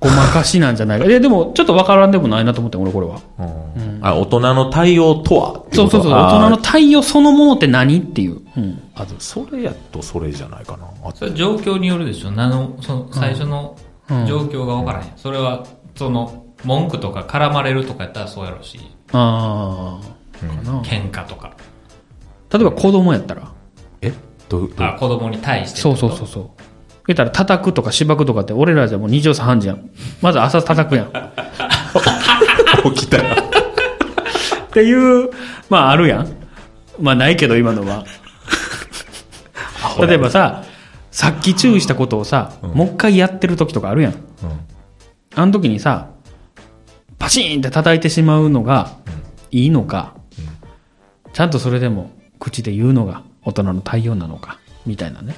S2: ごまかしなんじゃないか。え、でも、ちょっとわからんでもないなと思って、俺、これは。
S1: うんあ大人の対応とはって
S2: そ
S1: こと
S2: うそうそう、
S1: あ
S2: 大
S1: ー
S2: 人の対応そのものって何っていう。うん。
S1: あでもそれやとそれじゃないかなあ
S3: それ状況によるでしょ。なの、その、最初の
S2: うん
S3: 状況が分からへん。それは、その、文句とか絡まれるとかやったらそうやろうし、
S2: ああ、かな。
S3: 喧嘩とか、
S2: 例えば、子供やったら。
S1: えどうどう
S3: あ、子供に対して。
S2: そうそうそうそう。言ったら、叩くとか、芝くとかって、俺らじゃもう二畳三半じゃん。まず朝叩くやん。っ
S1: 起きたら
S2: ていう、まあ、あるやん。まあ、ないけど、今のは。 例えばさ、さっき注意したことをさ、もう一回やってる時とかあるやん。あの時にさ、パシーンって叩いてしまうのがいいのか、ちゃんとそれでも口で言うのが大人の対応なのか、みたいなね。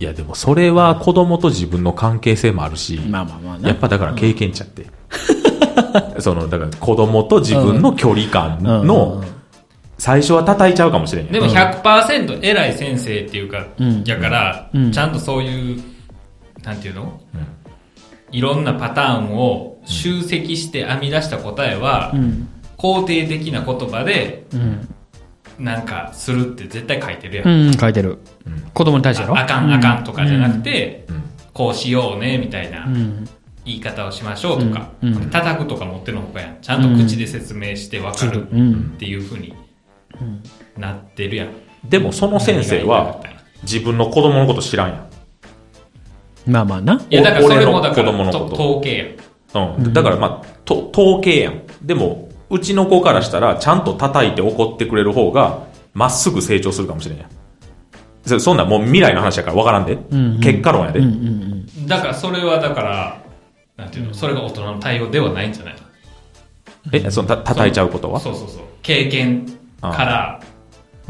S1: いやでもそれは子供と自分の関係性もあるし、
S2: まあまあまあ
S1: やっ
S2: ね。
S1: ぱだから経験値やって、 そのだから子供と自分の距離感
S2: うんうんう
S1: の
S2: ん
S1: 最初は叩いちゃうかもしれんやん
S3: でも100%偉い先生っていうか、
S2: うん
S3: やから、
S2: うん
S3: ちゃんとそういう、なんていうの、
S1: うん
S3: いろんなパターンを集積して編み出した答えは、
S2: うん。
S3: 肯定的な言葉で、
S2: うん。
S3: なんかするって絶対書いてるやん。
S2: うん、書いてる。
S1: うん
S2: 子供に対してやろ
S3: ああかんあかんとかじゃなく、て、
S1: うん
S3: こうしようね、みたいな
S2: うんうん。
S3: 言い方をしましょうとか、
S2: うんうん
S3: 叩くとか持ってのほかやん。ちゃんと口で説明してわかる
S2: うんうん
S3: っていうふうになってるやん。
S1: でもその先生は自分の子供のこと知らんやん
S2: まあまあな。
S3: いや、だからそれも
S1: 俺の
S3: だから、
S1: 子供の
S3: と
S1: こと
S3: 統計やん。
S1: うん、だからまあ、と統計やん。でも、うちの子からしたら、ちゃんと叩いて怒ってくれる方が、まっすぐ成長するかもしれんやん。そそんなんもう未来の話やから分からんで。
S2: んうん
S1: 結果論やで。
S2: うんうんうん。
S3: だからそれはだから、なんていうの、それが大人の対応ではないんじゃない
S1: え、そのた叩いちゃうことは
S3: そうそうそう。経験から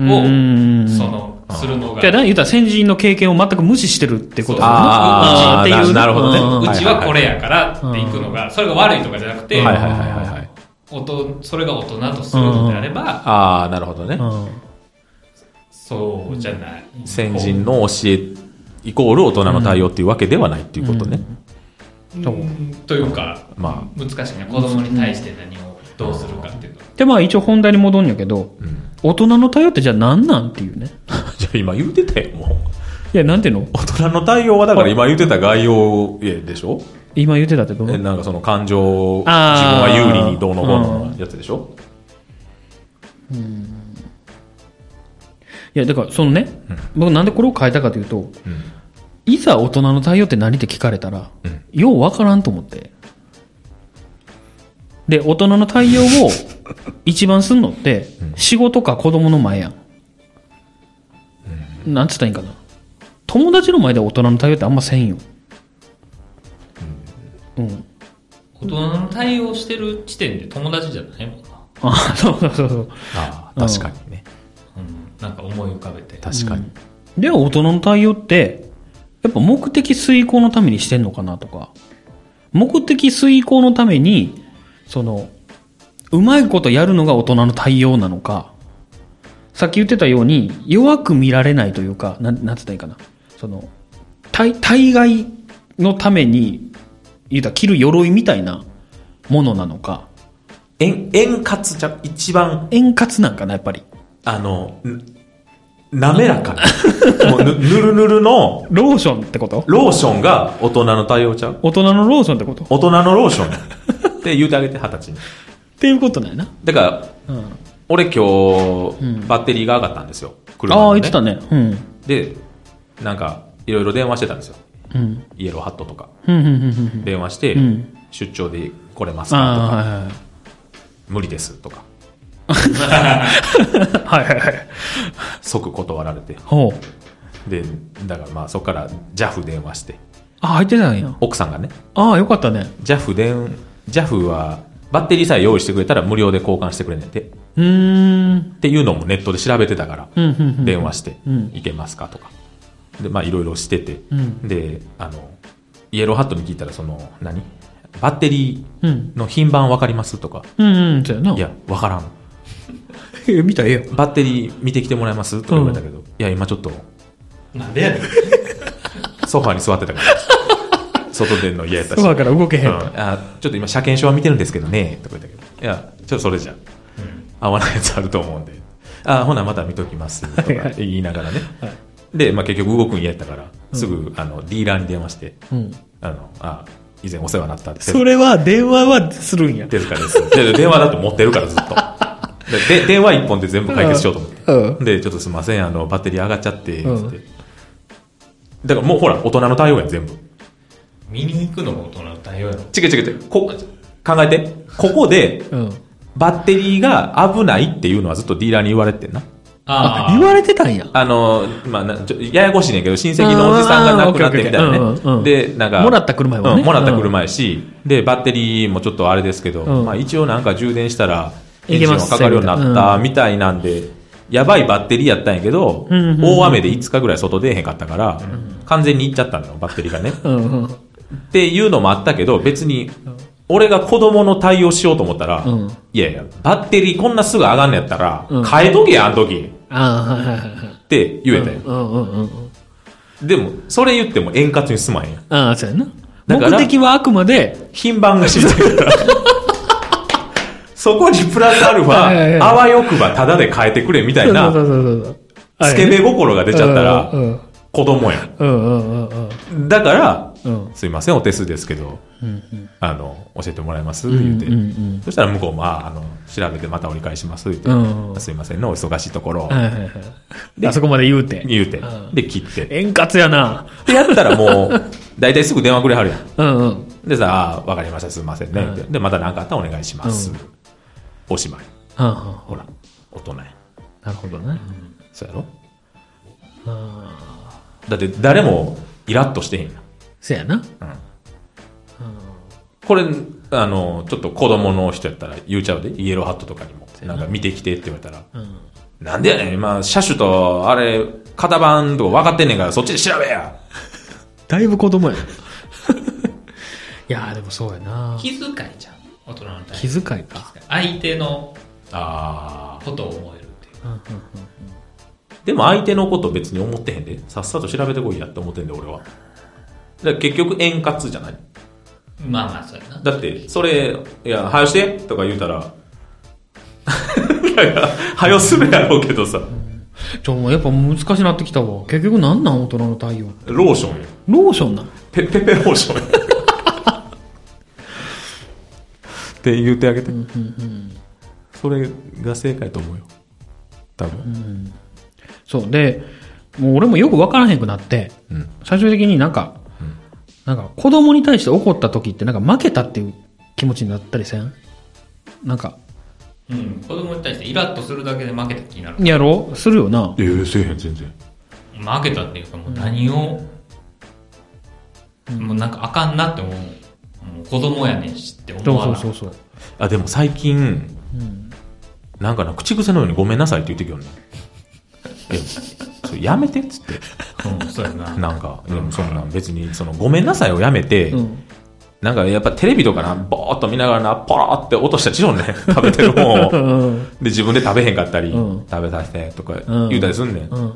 S3: を、
S2: うんうんうん
S3: その、するのが。
S2: だから言うたら先人の経験を全く無視してるってこと
S3: そう
S1: あ
S2: うん
S1: ー
S2: っていう
S1: ななるほどね
S2: うん
S1: いう
S3: ちはこれやからっていくのが、それが悪いとかじゃなくて、
S1: はいはいはいはいはい。
S3: おとそれが大人とするのであれば、
S1: ああ、なるほどね。
S2: うん
S3: そうじゃない。
S1: 先人の教え、イコール大人の対応っていうわけではないっていうこと ね。
S3: こううんというか、
S1: ま
S3: 難しいね。子供に対して何をどうするかっていうの。
S2: で、まあ一応本題に戻るんやけど、大人の対応ってじゃあ何なんっていうね。
S1: あ、じゃあ今言うてたよ、もう。
S2: いや、なんていうの
S1: 大人の対応はだから今言うてた概要えでしょ
S2: 今言ってたってど
S1: え
S2: の
S1: なんかその感情を自分
S2: あー
S1: は有利にどうのこうのやつでしょ
S2: いや、だからそのね、僕なんでこれを変えたかというと、いざ大人の対応って何って聞かれたら、ようわからんと思って。で、大人の対応を一番すんのって、仕事か子供の前やん。なんつったらいいんかな。友達の前で大人の対応ってあんませんよ。うん。
S3: 大人の対応してる時点で友達じゃないもんな。
S2: あ、そうそうそうそう。
S1: ああ、
S2: うん
S1: 確かにね。
S3: うん、なんか思い浮かべて。
S1: 確かに。
S2: では大人の対応って、やっぱ目的遂行のためにしてんのかなとか、目的遂行のために、その、うまいことやるのが大人の対応なのか、さっき言ってたように、弱く見られないというか、なん、なんつったらいいかな。その、対、対外のために、言うたら着る鎧みたいなものなのか、
S1: 円円滑じゃ、一番、
S2: 円滑なんかな、やっぱり。
S1: あの、ん滑ら かな。もうぬ、ぬるぬるの
S2: ローションってこと
S1: ローションが大人の対応ちゃう
S2: 大人のローションってことっ
S1: 大人のローションって言うてあげて、二十歳に。
S2: ていうことなんやな。
S1: だから、
S2: うん。
S1: 俺今日、
S2: ん
S1: バッテリーが上がったんですよ。車
S2: ああ、
S1: の
S2: 言ってたね。うん。
S1: で、なんか、いろいろ電話してたんですよ。
S2: うん。
S1: イエローハットとか。
S2: うん、うん、うんうん。
S1: 電話して
S2: うん、
S1: 出張で来れますかとか、
S2: あ
S1: 無理ですとか、
S2: あ、はいはい。はいはいはい。
S1: 即断られて。
S2: ほう。
S1: で、だからまあそこから JAF 電話して、
S2: あ、入ってたんや。
S1: 奥さんがね、
S2: ああ、よかったね。
S1: JAF 電、JAF はバッテリーさえ用意してくれたら無料で交換してくれんねんて。っ
S2: うーん。
S1: ていうのもネットで調べてたから、
S2: うん、うん、うん。
S1: 電話して
S2: うん、
S1: いけますかとか。で、まあいろいろしてて、
S2: うん
S1: で、あの、イエローハットに聞いたら、その、何バッテリ
S2: うん。
S1: ーの品番わかりますとか、
S2: うん、うん、そうやな。
S1: いや、わからん。
S2: え、見たらええよ。
S1: バッテリー見てきてもらえますとか言われたけど、いや、今ちょっと、
S3: なんでやねん。
S1: ソファーに座ってた から、外出るの嫌やったし。
S2: ソファーから動けへん
S1: うんあちょっと今、車検証は見てるんですけどね、とか言ったけど、いや、ちょっとそれじゃ、合わないやつあると思うんで、あほな、また見ときます、と
S2: はいは
S1: か
S2: い
S1: 言いながらね。で、まあ、結局動くん嫌やったから、すぐ、あの、ディーラーに電話して、
S2: うん。
S1: あの、あ以前お世話になったんです
S2: それは、電話はするんや。
S1: 手塚です。で電話だと持ってるからずっと。でで電話一本で全部解決しようと思って。
S2: うん
S1: で、ちょっとすいません、あの、バッテリー上がっちゃって、
S2: う
S1: つ
S2: ん
S1: ってだからもうほら、大人の対応やん、全部。
S3: 見に行くのも大人の対応やろ。
S1: 違う違う違う。こ考えて、ここで、
S2: うん。
S1: バッテリーが危ないっていうのはずっとディーラーに言われてんな。
S2: あ
S3: あ、
S2: 言
S3: あ、
S2: われてたんや。
S1: あの、まあな、ちょややこしいねんけど、親戚のおじさんが亡くなってみたい
S2: あーオ
S1: な
S2: ッケーオッケーオッケーうんうん
S1: ね。
S2: うん
S1: で、なんか。
S2: もらった車やもんね
S1: うもらった車やし、で、バッテリーもちょっとあれですけど、
S2: うん
S1: まあ一応なんか充電したら、エン
S2: い
S1: ジ
S2: け
S1: ン
S2: ま
S1: は
S2: す
S1: かかるようになったみたいなんで、やばいバッテリーやったんやけど、
S2: うんうんうん
S1: 大雨で5日ぐらい外出えへんかったから、完全に行っちゃったのよ、バッテリーがね。
S2: うんうん。
S1: っていうのもあったけど、別に、俺が子供の対応しようと思ったら、
S2: うん
S1: いやいや、バッテリーこんなすぐ上がんのやったら、
S2: うん
S1: 変えとけや、あの時。
S2: ああ、はいはいはいはい。
S1: って言えたよ。
S2: うんうんうんうん。
S1: でも、それ言っても円滑にすまんやん。
S2: ああ、そうやな。
S1: だから
S2: 目的はあくまで、
S1: 品番が知りたい から。そこにプラスアルフ
S2: はいはいはい
S1: ァ、あわよくばタダで変えてくれみたい
S2: そ
S1: な、
S2: うそうそうそうそう。
S1: スケベ心が出ちゃった
S2: う
S1: ら、
S2: んうん
S1: 子供や
S2: うんうんうん
S1: ん。だから、
S2: うん。
S1: すいません、お手数ですけど、
S2: うん
S1: あの、教えてもらえます
S2: う
S1: 言
S2: ん
S1: うて
S2: うんうん。
S1: そしたら向こうも、ああの、調べてまた折り返します言うて
S2: うん
S1: すいませんの、お忙しいところ
S2: はい、はいはい
S1: で
S2: あそこまで言うて。
S1: 言うて
S2: う、ん
S1: で、切って。
S2: 円滑やな。
S1: ってやったらも う、大体すぐ電話くれはるやん。
S2: うんうん。
S1: でさ、あーわかりました、すいませんね。
S2: うん
S1: で、また何かあったらお願いします。
S2: うん
S1: おしまい。
S2: はんはん
S1: ほら、大人や。
S2: なるほどね。
S1: そうやろ
S2: ああ
S1: だって誰もイラッとしてへんやん。
S2: そうやな。
S1: これ、あの、ちょっと子供の人やったら言うちゃうで、イエローハットとかにも。なんか見てきてって言われたら、
S2: うん。
S1: なんでやねん、今、車種と、あれ、型番とか分かってんねんから、そっちで調べや
S2: だいぶ子 供やな。いやーでもそうやな。
S3: 気遣いじゃん。大人の対
S2: 気
S3: 応。
S2: 遣いか。
S3: 相手の
S1: ああ。
S3: ことを思えるっていう。
S2: うんうん
S1: でも相手のこと別に思ってへんで、さっさと調べてこいやって思ってんで、俺は。だから結局円滑じゃない
S3: まあまあ、そうやな。
S1: だって、それ、いや、はよしてとか言うたら、 なんか、はよするやろうけどさ、
S2: うん。ちょ、もうやっぱ難しくなってきたわ。結局なんなん大人の対応。
S1: ローションよ。
S2: ローションなん。
S1: ペペペローションよ。って言ってあげて。それが正解と思うよ。多分。
S2: そう。で、もう俺もよくわからへんくなって、
S1: うん。
S2: 最終的になんか、なんか子供に対して怒った時ってなんか負けたっていう気持ちになったりせんなんか、
S3: うん。子供に対してイラッとするだけで負けた気になる。
S2: やろうするよな。
S1: ええ、せえへん、全然。
S3: 負けたっていうか、もう何を、もうなんかあかんなって思う。もう子供やねんしって思
S2: そう
S3: わ
S2: そ
S3: な
S2: う
S3: い。
S2: そうそう。
S1: あ、でも最近、なんかな、口癖のようにごめんなさいって言ってきよんね。え、それやめてっつって。
S3: うん、そうやな。
S1: なんか、でもそんなん別に、その、ごめんなさいをやめて、
S2: うん。
S1: なんかやっぱテレビとかな、ぼーっと見ながらな、ポローって落としたちろんね、食べてるもんを。
S2: う
S1: で、
S2: ん。
S1: 自分で食べへんかったり、
S2: うん
S1: 食べさせてとか
S2: うん
S1: 言うたりすんねん。
S2: うん。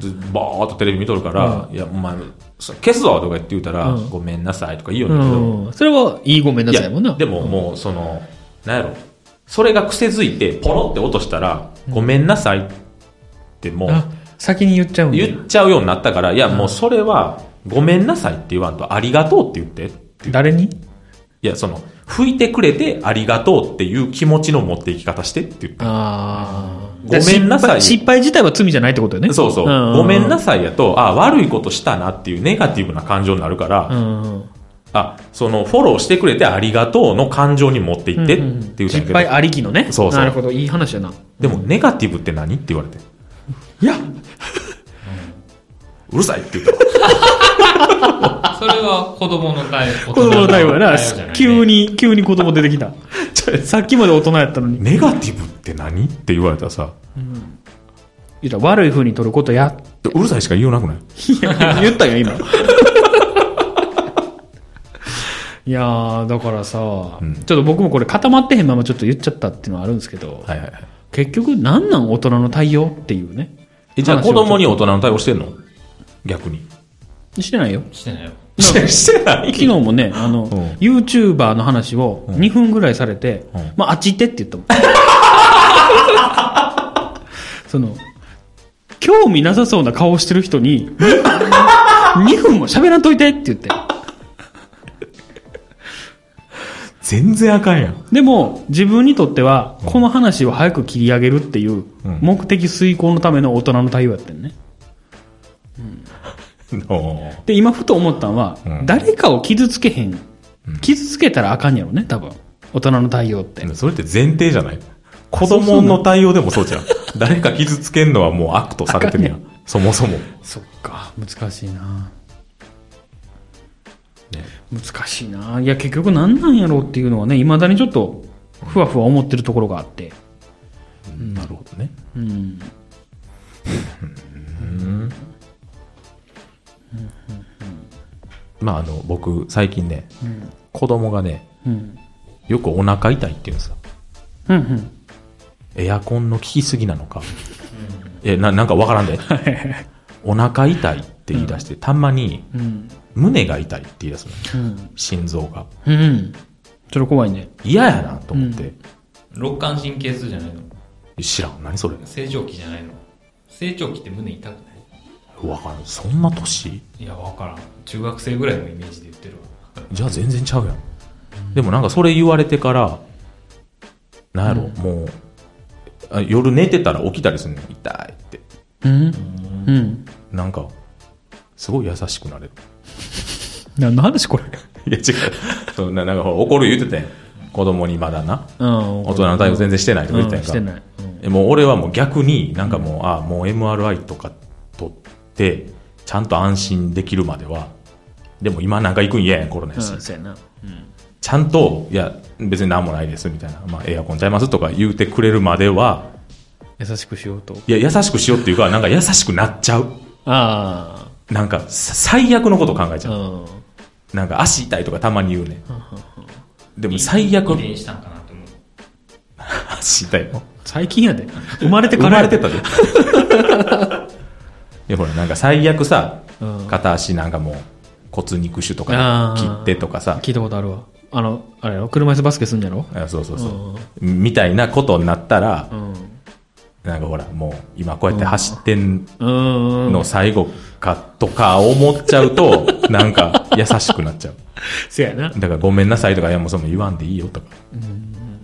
S1: ずぼーっとテレビ見とるから、いや、お前、そ消すぞとか言って言うたら、
S2: うん
S1: ごめんなさいとか言うよねんだけど、
S2: うん。それはいいごめんないさいもんな。
S1: や、でももう、その、なんやろ、それが癖づいて、ポロって落としたら、ごめんなさいっても
S2: あ
S1: う、
S2: 先に言っちゃうんだ
S1: 言っちゃうようになったから、いや、もうそれは、ごめんなさいって言わんと、ありがとうって言ってって言って
S2: 誰に
S1: いや、その、拭いてくれてありがとうっていう気持ちの持っていき方してって言って。
S2: ああ。
S1: ごめんなさい
S2: だから失敗失敗自体は罪じゃないってことよね。
S1: そうそう。
S2: ん
S1: ごめんなさいやと、あ悪いことしたなっていうネガティブな感情になるから、
S2: うんうん。
S1: あ、その、フォローしてくれてありがとうの感情に持っていってって言うたんやけ
S2: 失
S1: ど、
S2: 敗ありきのね。
S1: そうそう
S2: なるほど。いい話やな。
S1: でも、ネガティブって何って言われて、
S2: いや
S1: うるさいって言ったわ。
S3: それは子供の対応。
S2: 子供の対応やな
S3: 大じゃい。ね
S2: 急。に、急に子供出て きた。さっきまで大人やったのに。
S1: ネガティブって何って言われたらさ、
S2: 言ったら悪い風に取ることや。
S1: うるさいしか言わなくない
S2: いや言ったよ、今。 いやー、だからさ、
S1: うん
S2: ちょっと僕もこれ固まってへんままちょっと言っちゃったっていうのはあるんですけど、
S1: はいはいはい。
S2: 結局、なんなん大人の対応っていうね。
S1: え、じゃあ
S2: 話を
S1: 子供に大人の対応してんの逆に。
S2: してないよ。
S3: してないよ。
S1: してしてない
S2: 昨日もね、あの、
S1: ん
S2: YouTuber の話を
S1: ん
S2: 2分ぐらいされて、
S1: うん
S2: まあ、あっち行ってって言ったもん。 その、興味なさそうな顔してる 人に、2分も喋らんといてって言って。
S1: 全然あかんや ん。
S2: でも、自分にとっては、この話を早く切り上げるっていう
S1: うん、
S2: 目的遂行のための大人の対応やってんね。
S1: お
S2: で、今ふと思ったのは、
S1: うん
S2: 誰かを傷つけへん。傷つけたらあかんやろね、多分。大人の対応って。
S1: ーそれって前提じゃない子供の対応でもそうじゃん。誰か傷つけんのはもう悪とされてるや
S2: あか
S1: ん。そもそも。
S2: そっか、難しいな
S1: ね
S2: 難しいないや、結局何なんやろうっていうのはね、未だにちょっと、ふわふわ思ってるところがあって。
S1: なるほどね。
S2: うん。
S1: まあ、あの、僕、最近ね、子供がね、
S2: うん。
S1: よくお腹痛いって言うんですよ。
S2: うん、うん。
S1: エアコンの効きすぎなのか。え、な、なんかわ からんで。お腹痛いって言い出して、たまに
S2: うん。
S1: 胸が痛いって言い出すの。
S2: うん。
S1: 心臓が。
S2: うん。それ怖いね。
S1: 嫌やなと思って。
S3: 肋間神経痛じゃないの
S1: 知らん。何それ。
S3: 成長期じゃないの成長期って胸痛くな
S1: わからん。そんな年
S3: いいや、わからん。中学生ぐらいのイメージで言ってるわ。
S1: じゃあ全然ちゃうやん。でもなんかそれ言われてから、なんやろ、もう、あ夜寝てたら起きたりするの痛いって。
S2: うん。うん。
S1: なんか、すごい優しくなれる。
S2: 何の話これ。
S1: いや違う。そうななん かほら怒る言うてたやん。子供にまだな。
S2: うん。
S1: 大人の対応全然してないとか言ってたやんか。
S2: うんしてない
S1: えもう俺はもう逆になんかもう、ああ、もう MRI とか取って、ちゃんと安心できるまでは、でも今なんか行くん嫌やん、コロナやし。
S2: そうやな。
S1: ちゃんと、いや、別に何もないです、みたいな。まあ、エアコンちゃいますとか言うてくれるまでは、
S2: 優しくしようと。
S1: いや、優しくしようっていうか、なんか優しくなっちゃう。
S2: あ
S1: なんか、さ最悪のこと考えち
S2: あ。
S1: ゃう。
S2: うん。
S1: なんか、足痛いとかたまに言うね。でも、最悪
S3: 遺、伝したんかなと思う。
S1: 足痛いの
S2: 最近やで。生まれて
S1: 生
S2: か
S1: ま
S2: らや
S1: れ
S2: で
S1: てたで。い や、ほら、なんか最悪さ
S2: うん、
S1: 片足なんかもう、骨肉腫と
S2: あ
S1: か切
S2: ー
S1: ってとかさ、
S2: 聞いたことあるわ。あの、あれやろ車椅子バスケすんやろ
S1: あそうそうそう、みたいなことになったら
S2: う、ん。
S1: なんかほら、もう、今こうやって走ってん
S2: うん。
S1: の最後かとか思っちゃう と、なんか優しくなっちゃう。
S2: せやな。
S1: だからごめんなさいとか、いやもうその言わんでいいよとか。だか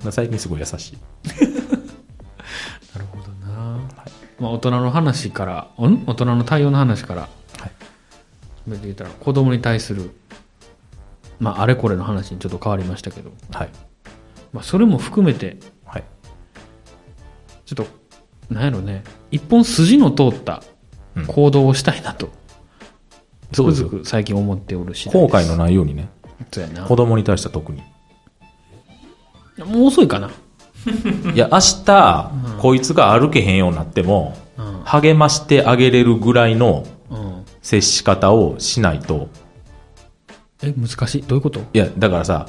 S1: ら最近すごい優しい。
S2: なるほどな、まあ、大人の話からん大人の対応の話から、
S1: はい
S2: で言ったら子供に対する、まあ、あれこれの話にちょっと変わりましたけど、
S1: はい。
S2: まあ、それも含めて
S1: はい。
S2: ちょっとなんやろね一本筋の通った
S1: うん
S2: 行動をしたいなと、つ
S1: そ
S2: く
S1: うです
S2: づ
S1: よ
S2: く最近思っておるし
S1: 後悔のないようにね、
S2: そうやな
S1: 子供に対しては特に。
S2: もう遅いかない
S1: や、明日、こいつが歩けへんようになっても、
S2: うん
S1: 励ましてあげれるぐらいの
S2: うん
S1: 接し方をしないと、
S2: え難しいどういうこと
S1: いや、だからさ、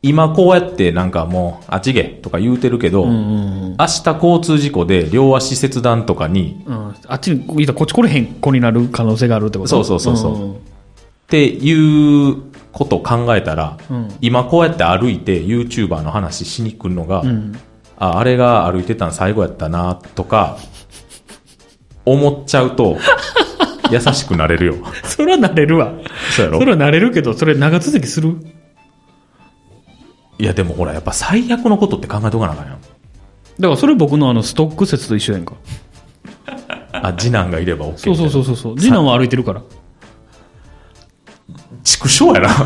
S1: 今こうやってなんかもう、あっちげとか言うてるけど、
S2: うんうん
S1: 明日交通事故で両足切断とかに
S2: うんうんあっちに言うたらこっち来れへん子になる可能性があるってこと
S1: そうそうそうそう
S2: うん
S1: っていうことを考えたら、
S2: うん
S1: 今こうやって歩いて YouTuber の話しに来るのが、
S2: うん
S1: ああれが歩いてたん最後やったなとか思っちゃう と優しくなれるよ
S2: それは慣れるわ。
S1: そうやろ
S2: それは慣れるけど、それ長続きする
S1: いやでもほらやっぱ最悪のことって考えとかなあかんやん
S2: だからそれ僕のあのストック説と一緒やんか。
S1: あ次男がいれば OK
S2: そうそうそうそうそう。次男は歩いてるから。
S1: 畜生やな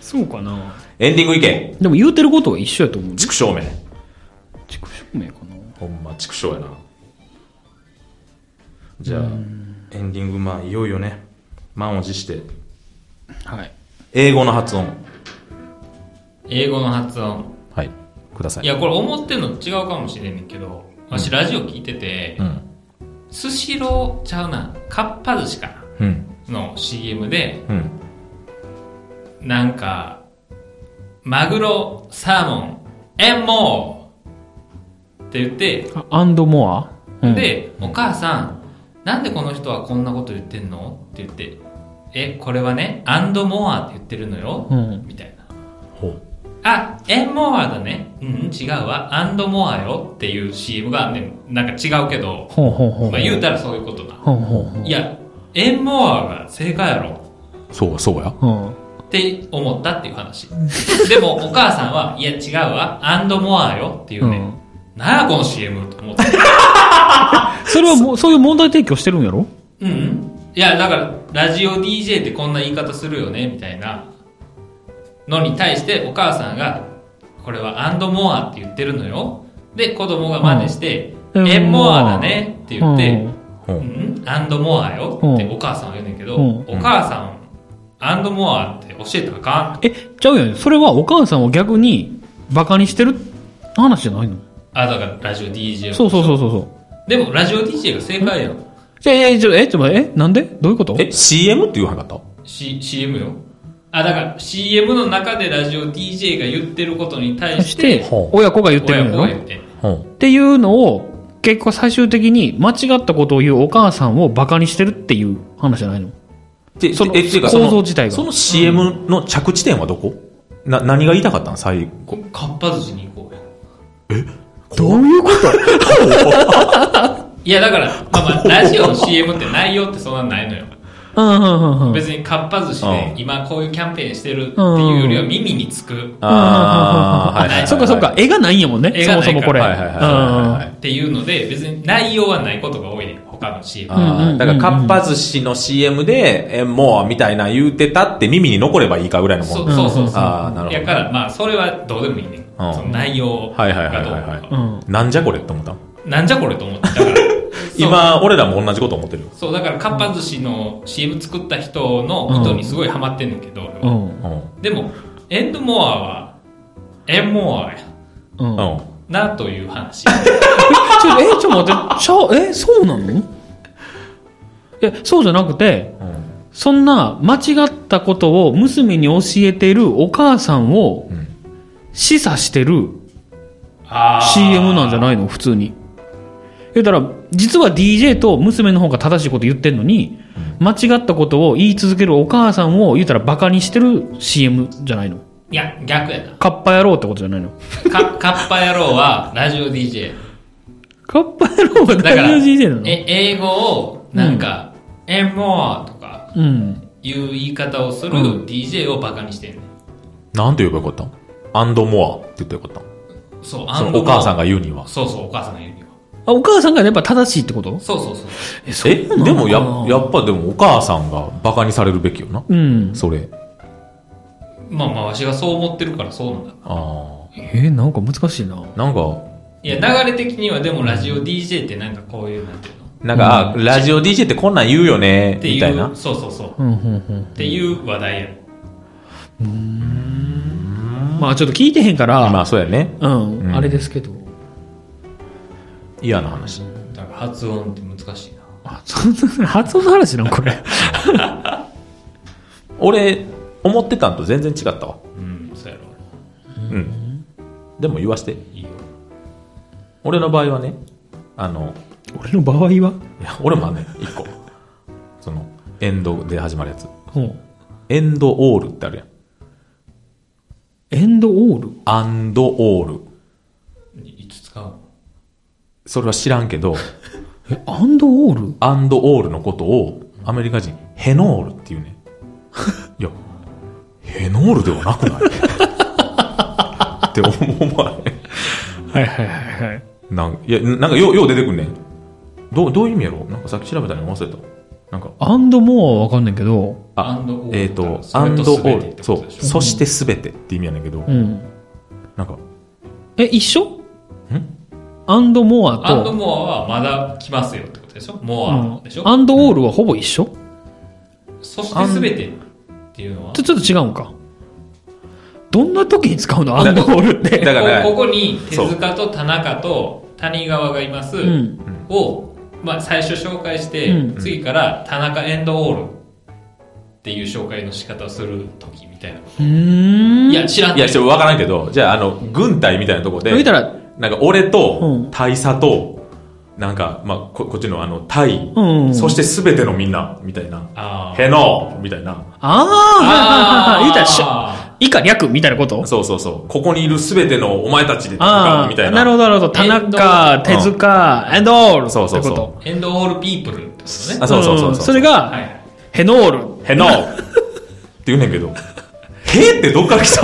S2: そうかな。
S1: エンディングいけ
S2: でも言うてることは一緒やと思う。
S1: 畜生め
S2: 自己証明かな。
S1: ほんま畜生やなじゃあエンディングまあいよいよね満を持して
S2: はい。
S1: 英語の発音
S3: 英語の発音。
S1: はいください
S3: いや、これ思ってんの違うかもしれんねんけど、わしラジオ聞いてて
S1: う、ん
S3: スシローちゃうな、かっぱ寿司かな
S1: うん
S3: の CM で、
S1: うん
S3: なんか、マグロ、サーモン、 and more! って言って、
S2: あアンドモア、うん、
S3: で、お母さん、なんでこの人はこんなこと言ってんのって言って、え、これはね、and more って言ってるのよ、
S2: うん
S3: みたいな。
S1: ほう。
S3: あ、and more だね。うん、違うわ。and more よっていう CM がね、なんか違うけど、
S2: ほうほうほう。
S3: まあ言うたらそういうことだ。
S2: ほうほうほう。
S3: いや、and more が正解やろ。
S1: そう、そうや。
S2: うん。
S3: って思ったっていう話。でも、お母さんは、いや違うわ、アンドモアよっていうね。
S2: うん
S3: なんやこの CM と思って。
S2: それはもう、そういう問題提起をしてるんやろ
S3: うん、うん。いや、だから、ラジオ DJ ってこんな言い方するよね、みたいなのに対して、お母さんが、これはアンドモアって言ってるのよ。で、子供が真似して、
S2: うん
S3: エンモアだねって言って、
S1: う。
S3: うんん、アンドモアよって
S2: うん
S3: お母さんは言うねんけど、
S2: うん
S3: お母さん、アンドモアって教えたらあかん。
S2: え、ちゃうやん。それはお母さんを逆に馬鹿にしてる話じゃないの
S3: あ、だからラジオ DJ を
S2: そうそうそうそうそう。
S3: でも、ラジオ DJ が正解やん。
S2: じゃあ、え、ちょ、え、ちょ、え、なんでどういうこと
S1: え、CM って言わなかっ
S3: C、CM よ。あ、だから CM の中でラジオ DJ が言ってることに対し、
S2: してて
S1: ほ、う
S2: 親子が言ってる
S3: 親
S2: んや
S3: 子が
S2: ろ
S3: 言って。
S1: たうん。
S2: っていうのを、結構最終的に間違ったことを言うお母さんを馬鹿にしてるっていう話じゃないの
S1: で、
S2: その
S1: でえていうか
S2: 構造
S1: その
S2: 自体が
S1: その CM の着地点はどこな、何が言いたかったん最後。
S3: かっぱ寿司に行こうや。
S1: どういうこと
S3: いや、だから、まあ まあ、ラジオの CM って内容ってそんなんないのよ。
S2: うん、うん、うん、うん。
S3: 別にかっぱ寿司
S1: う
S3: で
S1: ん
S3: 今こういうキャンペーンしてるっていうよりは耳につく
S1: ああ、はいはいはいはい。
S2: そっかそっか、絵がないんやもんね。
S3: 絵
S2: そ
S3: が
S2: も
S3: ないから
S2: そもこれ。
S1: はいはいはいはいはい
S3: っていうので、別に内容はないことが多いね他の CM。
S2: うんうんうんう
S1: あ
S2: ん
S1: ーだから、かっぱ寿司の CM で、え、もう、みたいな言うてたって耳に残ればいいかぐらいのもん。
S3: そうそうそうそう。
S1: あーなるほど
S3: やから、まあ、それはどうでもいいね。
S1: うん
S3: その内容
S1: はいはいは
S3: が
S1: い
S3: どう
S1: はい、
S3: か。
S1: はい。
S2: う
S1: なんじゃこれって思った
S3: なんじゃこれと思って。だ から、
S1: 今、俺らも同じこと思ってるよ。
S3: そう、だから、かっぱ寿司の CM 作った人の意図にすごいハマってんねんけど、
S2: う
S3: 俺は
S2: ん。
S1: う
S3: でも、エンドモアは、エンモアや
S2: うん。
S1: ん。う
S2: ちょ、
S1: ん。
S3: なという話。
S2: え、ちょっと待って、ちゃ、え、そうなのえ、そうじゃなくて、
S1: うん。
S2: そんな間違ったことを娘に教えてるお母さんを
S1: うん
S2: 示唆してる
S3: あ
S2: CM なんじゃ
S3: い
S2: ないの普通に。言うたら、実は DJ と娘の方が正しいこと言ってんのに、間違ったことを言い続けるお母さんを言うたらバカにしてる CM じゃないの
S3: いや、逆やな。
S2: カッパ野郎ってことじゃないの
S3: か、かっぱ野郎は、ラジオ DJ。
S2: カッパ野郎は
S3: だから、
S2: ラジオ DJ なの
S3: え、英語を、なんか、エンモアとか、
S2: うん。
S3: いう言い方をする
S2: う
S3: DJ をバカにしてんねん。
S1: なんて言えばよかったアンドモアって言ってよかった
S3: そう、
S1: そ
S3: アン
S1: の
S3: ド
S1: お
S3: モア
S1: 母さんが言うには。
S3: そうそう、お母さんが言うよ。
S2: あ、お母さんがやっぱ正しいってこと
S3: そうそうそう。
S2: え、そ
S1: え、
S2: うなの
S1: でもや
S2: かな、
S1: やっぱでもお母さんが馬鹿にされるべきよな。
S2: うん。
S1: それ。
S3: まあまあ、わしがそう思ってるからそうなんだ。
S1: あ
S2: えーなんか難しいな。
S1: あ。なんか、
S3: いや、流れ的にはでもラジオ DJ ってなんかこういう、なんていうの
S1: なんか、あラジオ DJ ってこんなん言うよね
S3: っ、て
S1: み
S3: い
S1: た
S3: う
S1: いな。
S3: そうそうそ
S2: う
S3: う。
S2: ん、うん、
S3: っていう話題やね
S2: うん。まあちょっと聞いてへんから、
S1: まあ、そうやね。
S2: うん、
S1: うん
S2: あれですけど。
S1: 嫌な話。
S3: だから発音って難しいな。
S2: あ、そんな、発音の話なのこれ。
S1: 俺、思ってたんと全然違ったわ。
S3: うん、そうやろ。
S1: うん。でも言わして。
S3: いいよ。
S1: 俺の場合はね、あの、
S2: 俺の場合は、
S1: いや、俺もあんねん、一個。その、エンドで始まるやつ。
S2: うん、
S1: エンドオールってあるやん。
S2: エンドオール
S1: アンドオール。
S3: いつ使うの
S1: それは知らんけど、
S2: え、アンドオール
S1: アンドオールのことを、アメリカ人、ヘノールっていうね。いや、ヘノールではなくないって思わへん。
S2: はいはいはいはい。
S1: なんいやなんかようよう出てくんねんどうどういう意味やろなんかさっき調べたのに忘れたなんか
S2: アンドモアはわかんないけど、
S1: あ
S3: アンドオール
S1: えっ、と
S3: だ
S1: ア
S3: から
S1: ンドオ
S3: それと
S1: ー
S3: 全てって
S1: ル
S3: こ
S1: そ
S3: とでしょ
S1: うそしてすべてって意味やねんけど、
S2: うん。
S1: なんか
S2: え、一緒んアンドモアと、
S3: アンドモアはまだ来ますよってことでしょモアでし
S2: うんア
S3: ょ
S2: ンドオールはほぼ一緒、
S3: そしてすべてっていうのは
S2: ちょちょっと違うんか。どんな時に使うのアンドオールっ
S1: だ
S2: て。
S1: から
S3: こここに手塚と田中と谷川がいます
S2: うん。
S3: を、まあ、最初紹介して、
S2: うん
S3: 次から田中エンドオールっていう紹介の仕方をするときみたいな。
S2: うーん。
S3: いや、知らん
S1: いや、ちょっとわからんけど、じゃあ、あの、軍隊みたいなとこで、
S2: 見たら
S1: なんか俺
S2: うん
S1: と、大佐と、なんか、まあ、ここっちのあの、タイ、
S2: うんうん
S1: そしてすべてのみんな、みたいな。
S3: あー
S1: へのみたいな。
S2: ああ、はいはいはいはい。 言うたらしょ、
S3: あ
S2: 以下略みたいなこと
S1: そうそうそう。ここにいるすべてのお前たちで、と
S2: あ
S1: か
S2: あ、
S1: みたいな。
S2: なるほど、なるほど。田中、
S1: うん
S2: 手塚、エンドール。
S1: そうそうそう
S2: ってこ
S3: ーエンドオールピープルってことね
S1: あ。
S2: と
S1: そうそうそうそうん
S2: それ
S3: は
S2: が、
S3: い。
S2: ヘノール。
S1: へのって言うねんけど、 へってどっから来た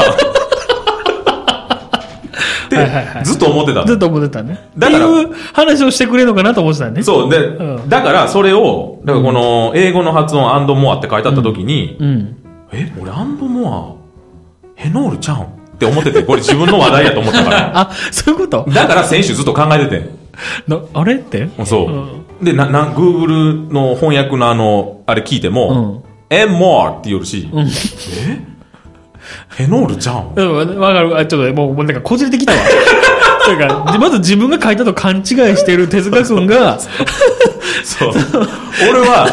S1: って、
S2: はいはいはい
S1: ずっと思ってたの
S2: ずっと思ってたね。って
S1: だから
S2: いう話をしてくれるのかなと思ってたね。
S1: そう、で、
S2: うん
S1: だからそれを、だからこの英語の発音アンドモアって書いてあった時に、
S2: うん。
S1: え、俺アンドモア、ヘノールちゃうんって思ってて、これ自分の話題やと思ったか ら。
S2: あ、そういうこと
S1: だから先週ずっと考えててん
S2: なあれって
S1: うん。そう。で、な、な、Google の翻訳のあの、あれ聞いても、エンモアって言うし、えヘノールちゃうん
S2: うん。わかる。あちょっと、もう、もうなんか、こじれてき たわ。というか、まず自分が書いたと勘違いしてる手塚くん が、
S1: そう。俺は、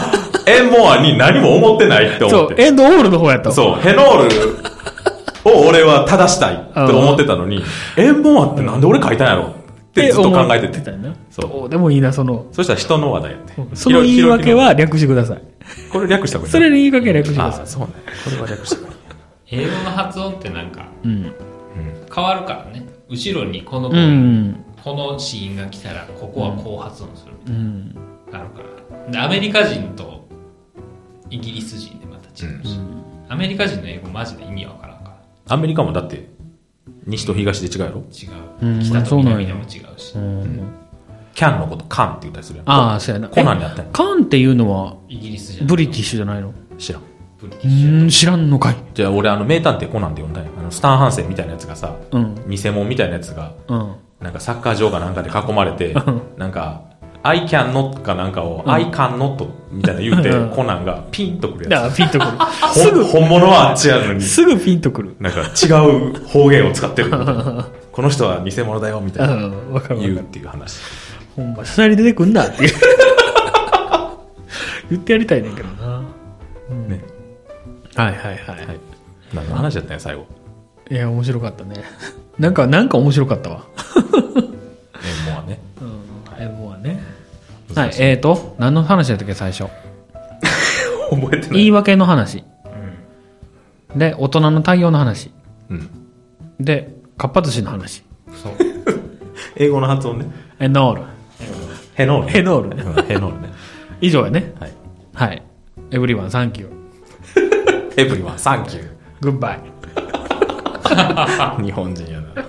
S1: エンモアに何も思ってないって思
S2: そ
S1: っ
S2: う、
S1: て。
S2: エンドオールの方やと。
S1: そう、ヘノールを俺は正したいって思ってたのに、エンモアってなんで俺書いたんやろってずっと考えて
S2: 思って
S1: て。
S2: たよな
S1: そう
S2: どうでもいいな、その、
S1: そしたら人の話題やって。
S2: その言い訳
S1: ひろゆき
S2: は略してください。
S1: の、これ略した方がいい。
S2: それの言い訳は略してくだ
S1: あ
S2: さい。
S1: そうね。これは略した方がいい。
S3: 英語の発音ってなんか
S2: うん。
S3: 変わるからね。後ろにこの、
S2: うん。
S3: このシーンが来たら、ここはこう発音するみたい
S2: うん。
S3: な。あるから。で、アメリカ人とイギリス人でまた違うし。アメリカ人の英語マジで意味わからんから。
S1: アメリカもだって、西と東で違うやろ
S3: 違
S2: うん
S3: う。北と南でも違うし。
S1: キャンのことカンって言ったりするやん。
S2: ああ、そうやな。
S1: コナンにあったよ
S2: えカンっていうのは、
S3: イギリスじゃん。
S2: ブリティッシュじゃないの
S1: 知らん。
S3: ブリ
S2: う
S3: ティッシュ。
S2: ーん、知らんのかい。
S1: じゃあ俺あの名探偵コナンって呼んだんやあのスタンハンセンみたいなやつがさ、
S2: うん。
S1: 偽物みたいなやつが、
S2: うん。
S1: なんかサッカー場かなんかで囲まれて、なんか、I can not かなんかを、I can not みたいな言うて、
S2: うん
S1: コナンがピンとくる
S2: だ
S1: や
S2: から、ピンとく る。
S1: つ。
S2: す
S1: ほん
S2: ぐ、
S1: 本物はあっちやのに、
S2: すぐピンとくる。
S1: なんか違う方言を使 ってる。この人は偽物だよ、み
S2: う
S1: たいな。
S2: ん、わかるわか
S1: 言うっ
S2: る。
S1: ていう話。
S2: ほんま、ささり出てくんなって いう。言ってやりたいねんけどな。
S1: ね。
S2: はいはいはい。
S1: はい。何の話だったんや、最後。
S2: いや、面白かったね。なんか、なんか面白かったわ。
S1: ね、もうはね。
S2: うん、M1 はね。はい、えーと、何の話だったっけ、最初。
S1: 覚えてな
S2: 言
S1: い。
S2: い訳の話。で、大人の対応の話。
S1: うん。
S2: で、かっぱ寿司の話。
S3: そう。
S1: 英語の発音ね。
S2: エノール。
S1: ヘノール。
S2: ヘノールね。
S1: うんヘノールね。
S2: 以上やね。
S1: はい。
S2: はい。エブリワン、サンキュー。
S1: エブリワン、サンキュ
S2: グッバイ。
S1: ー。日本人やな。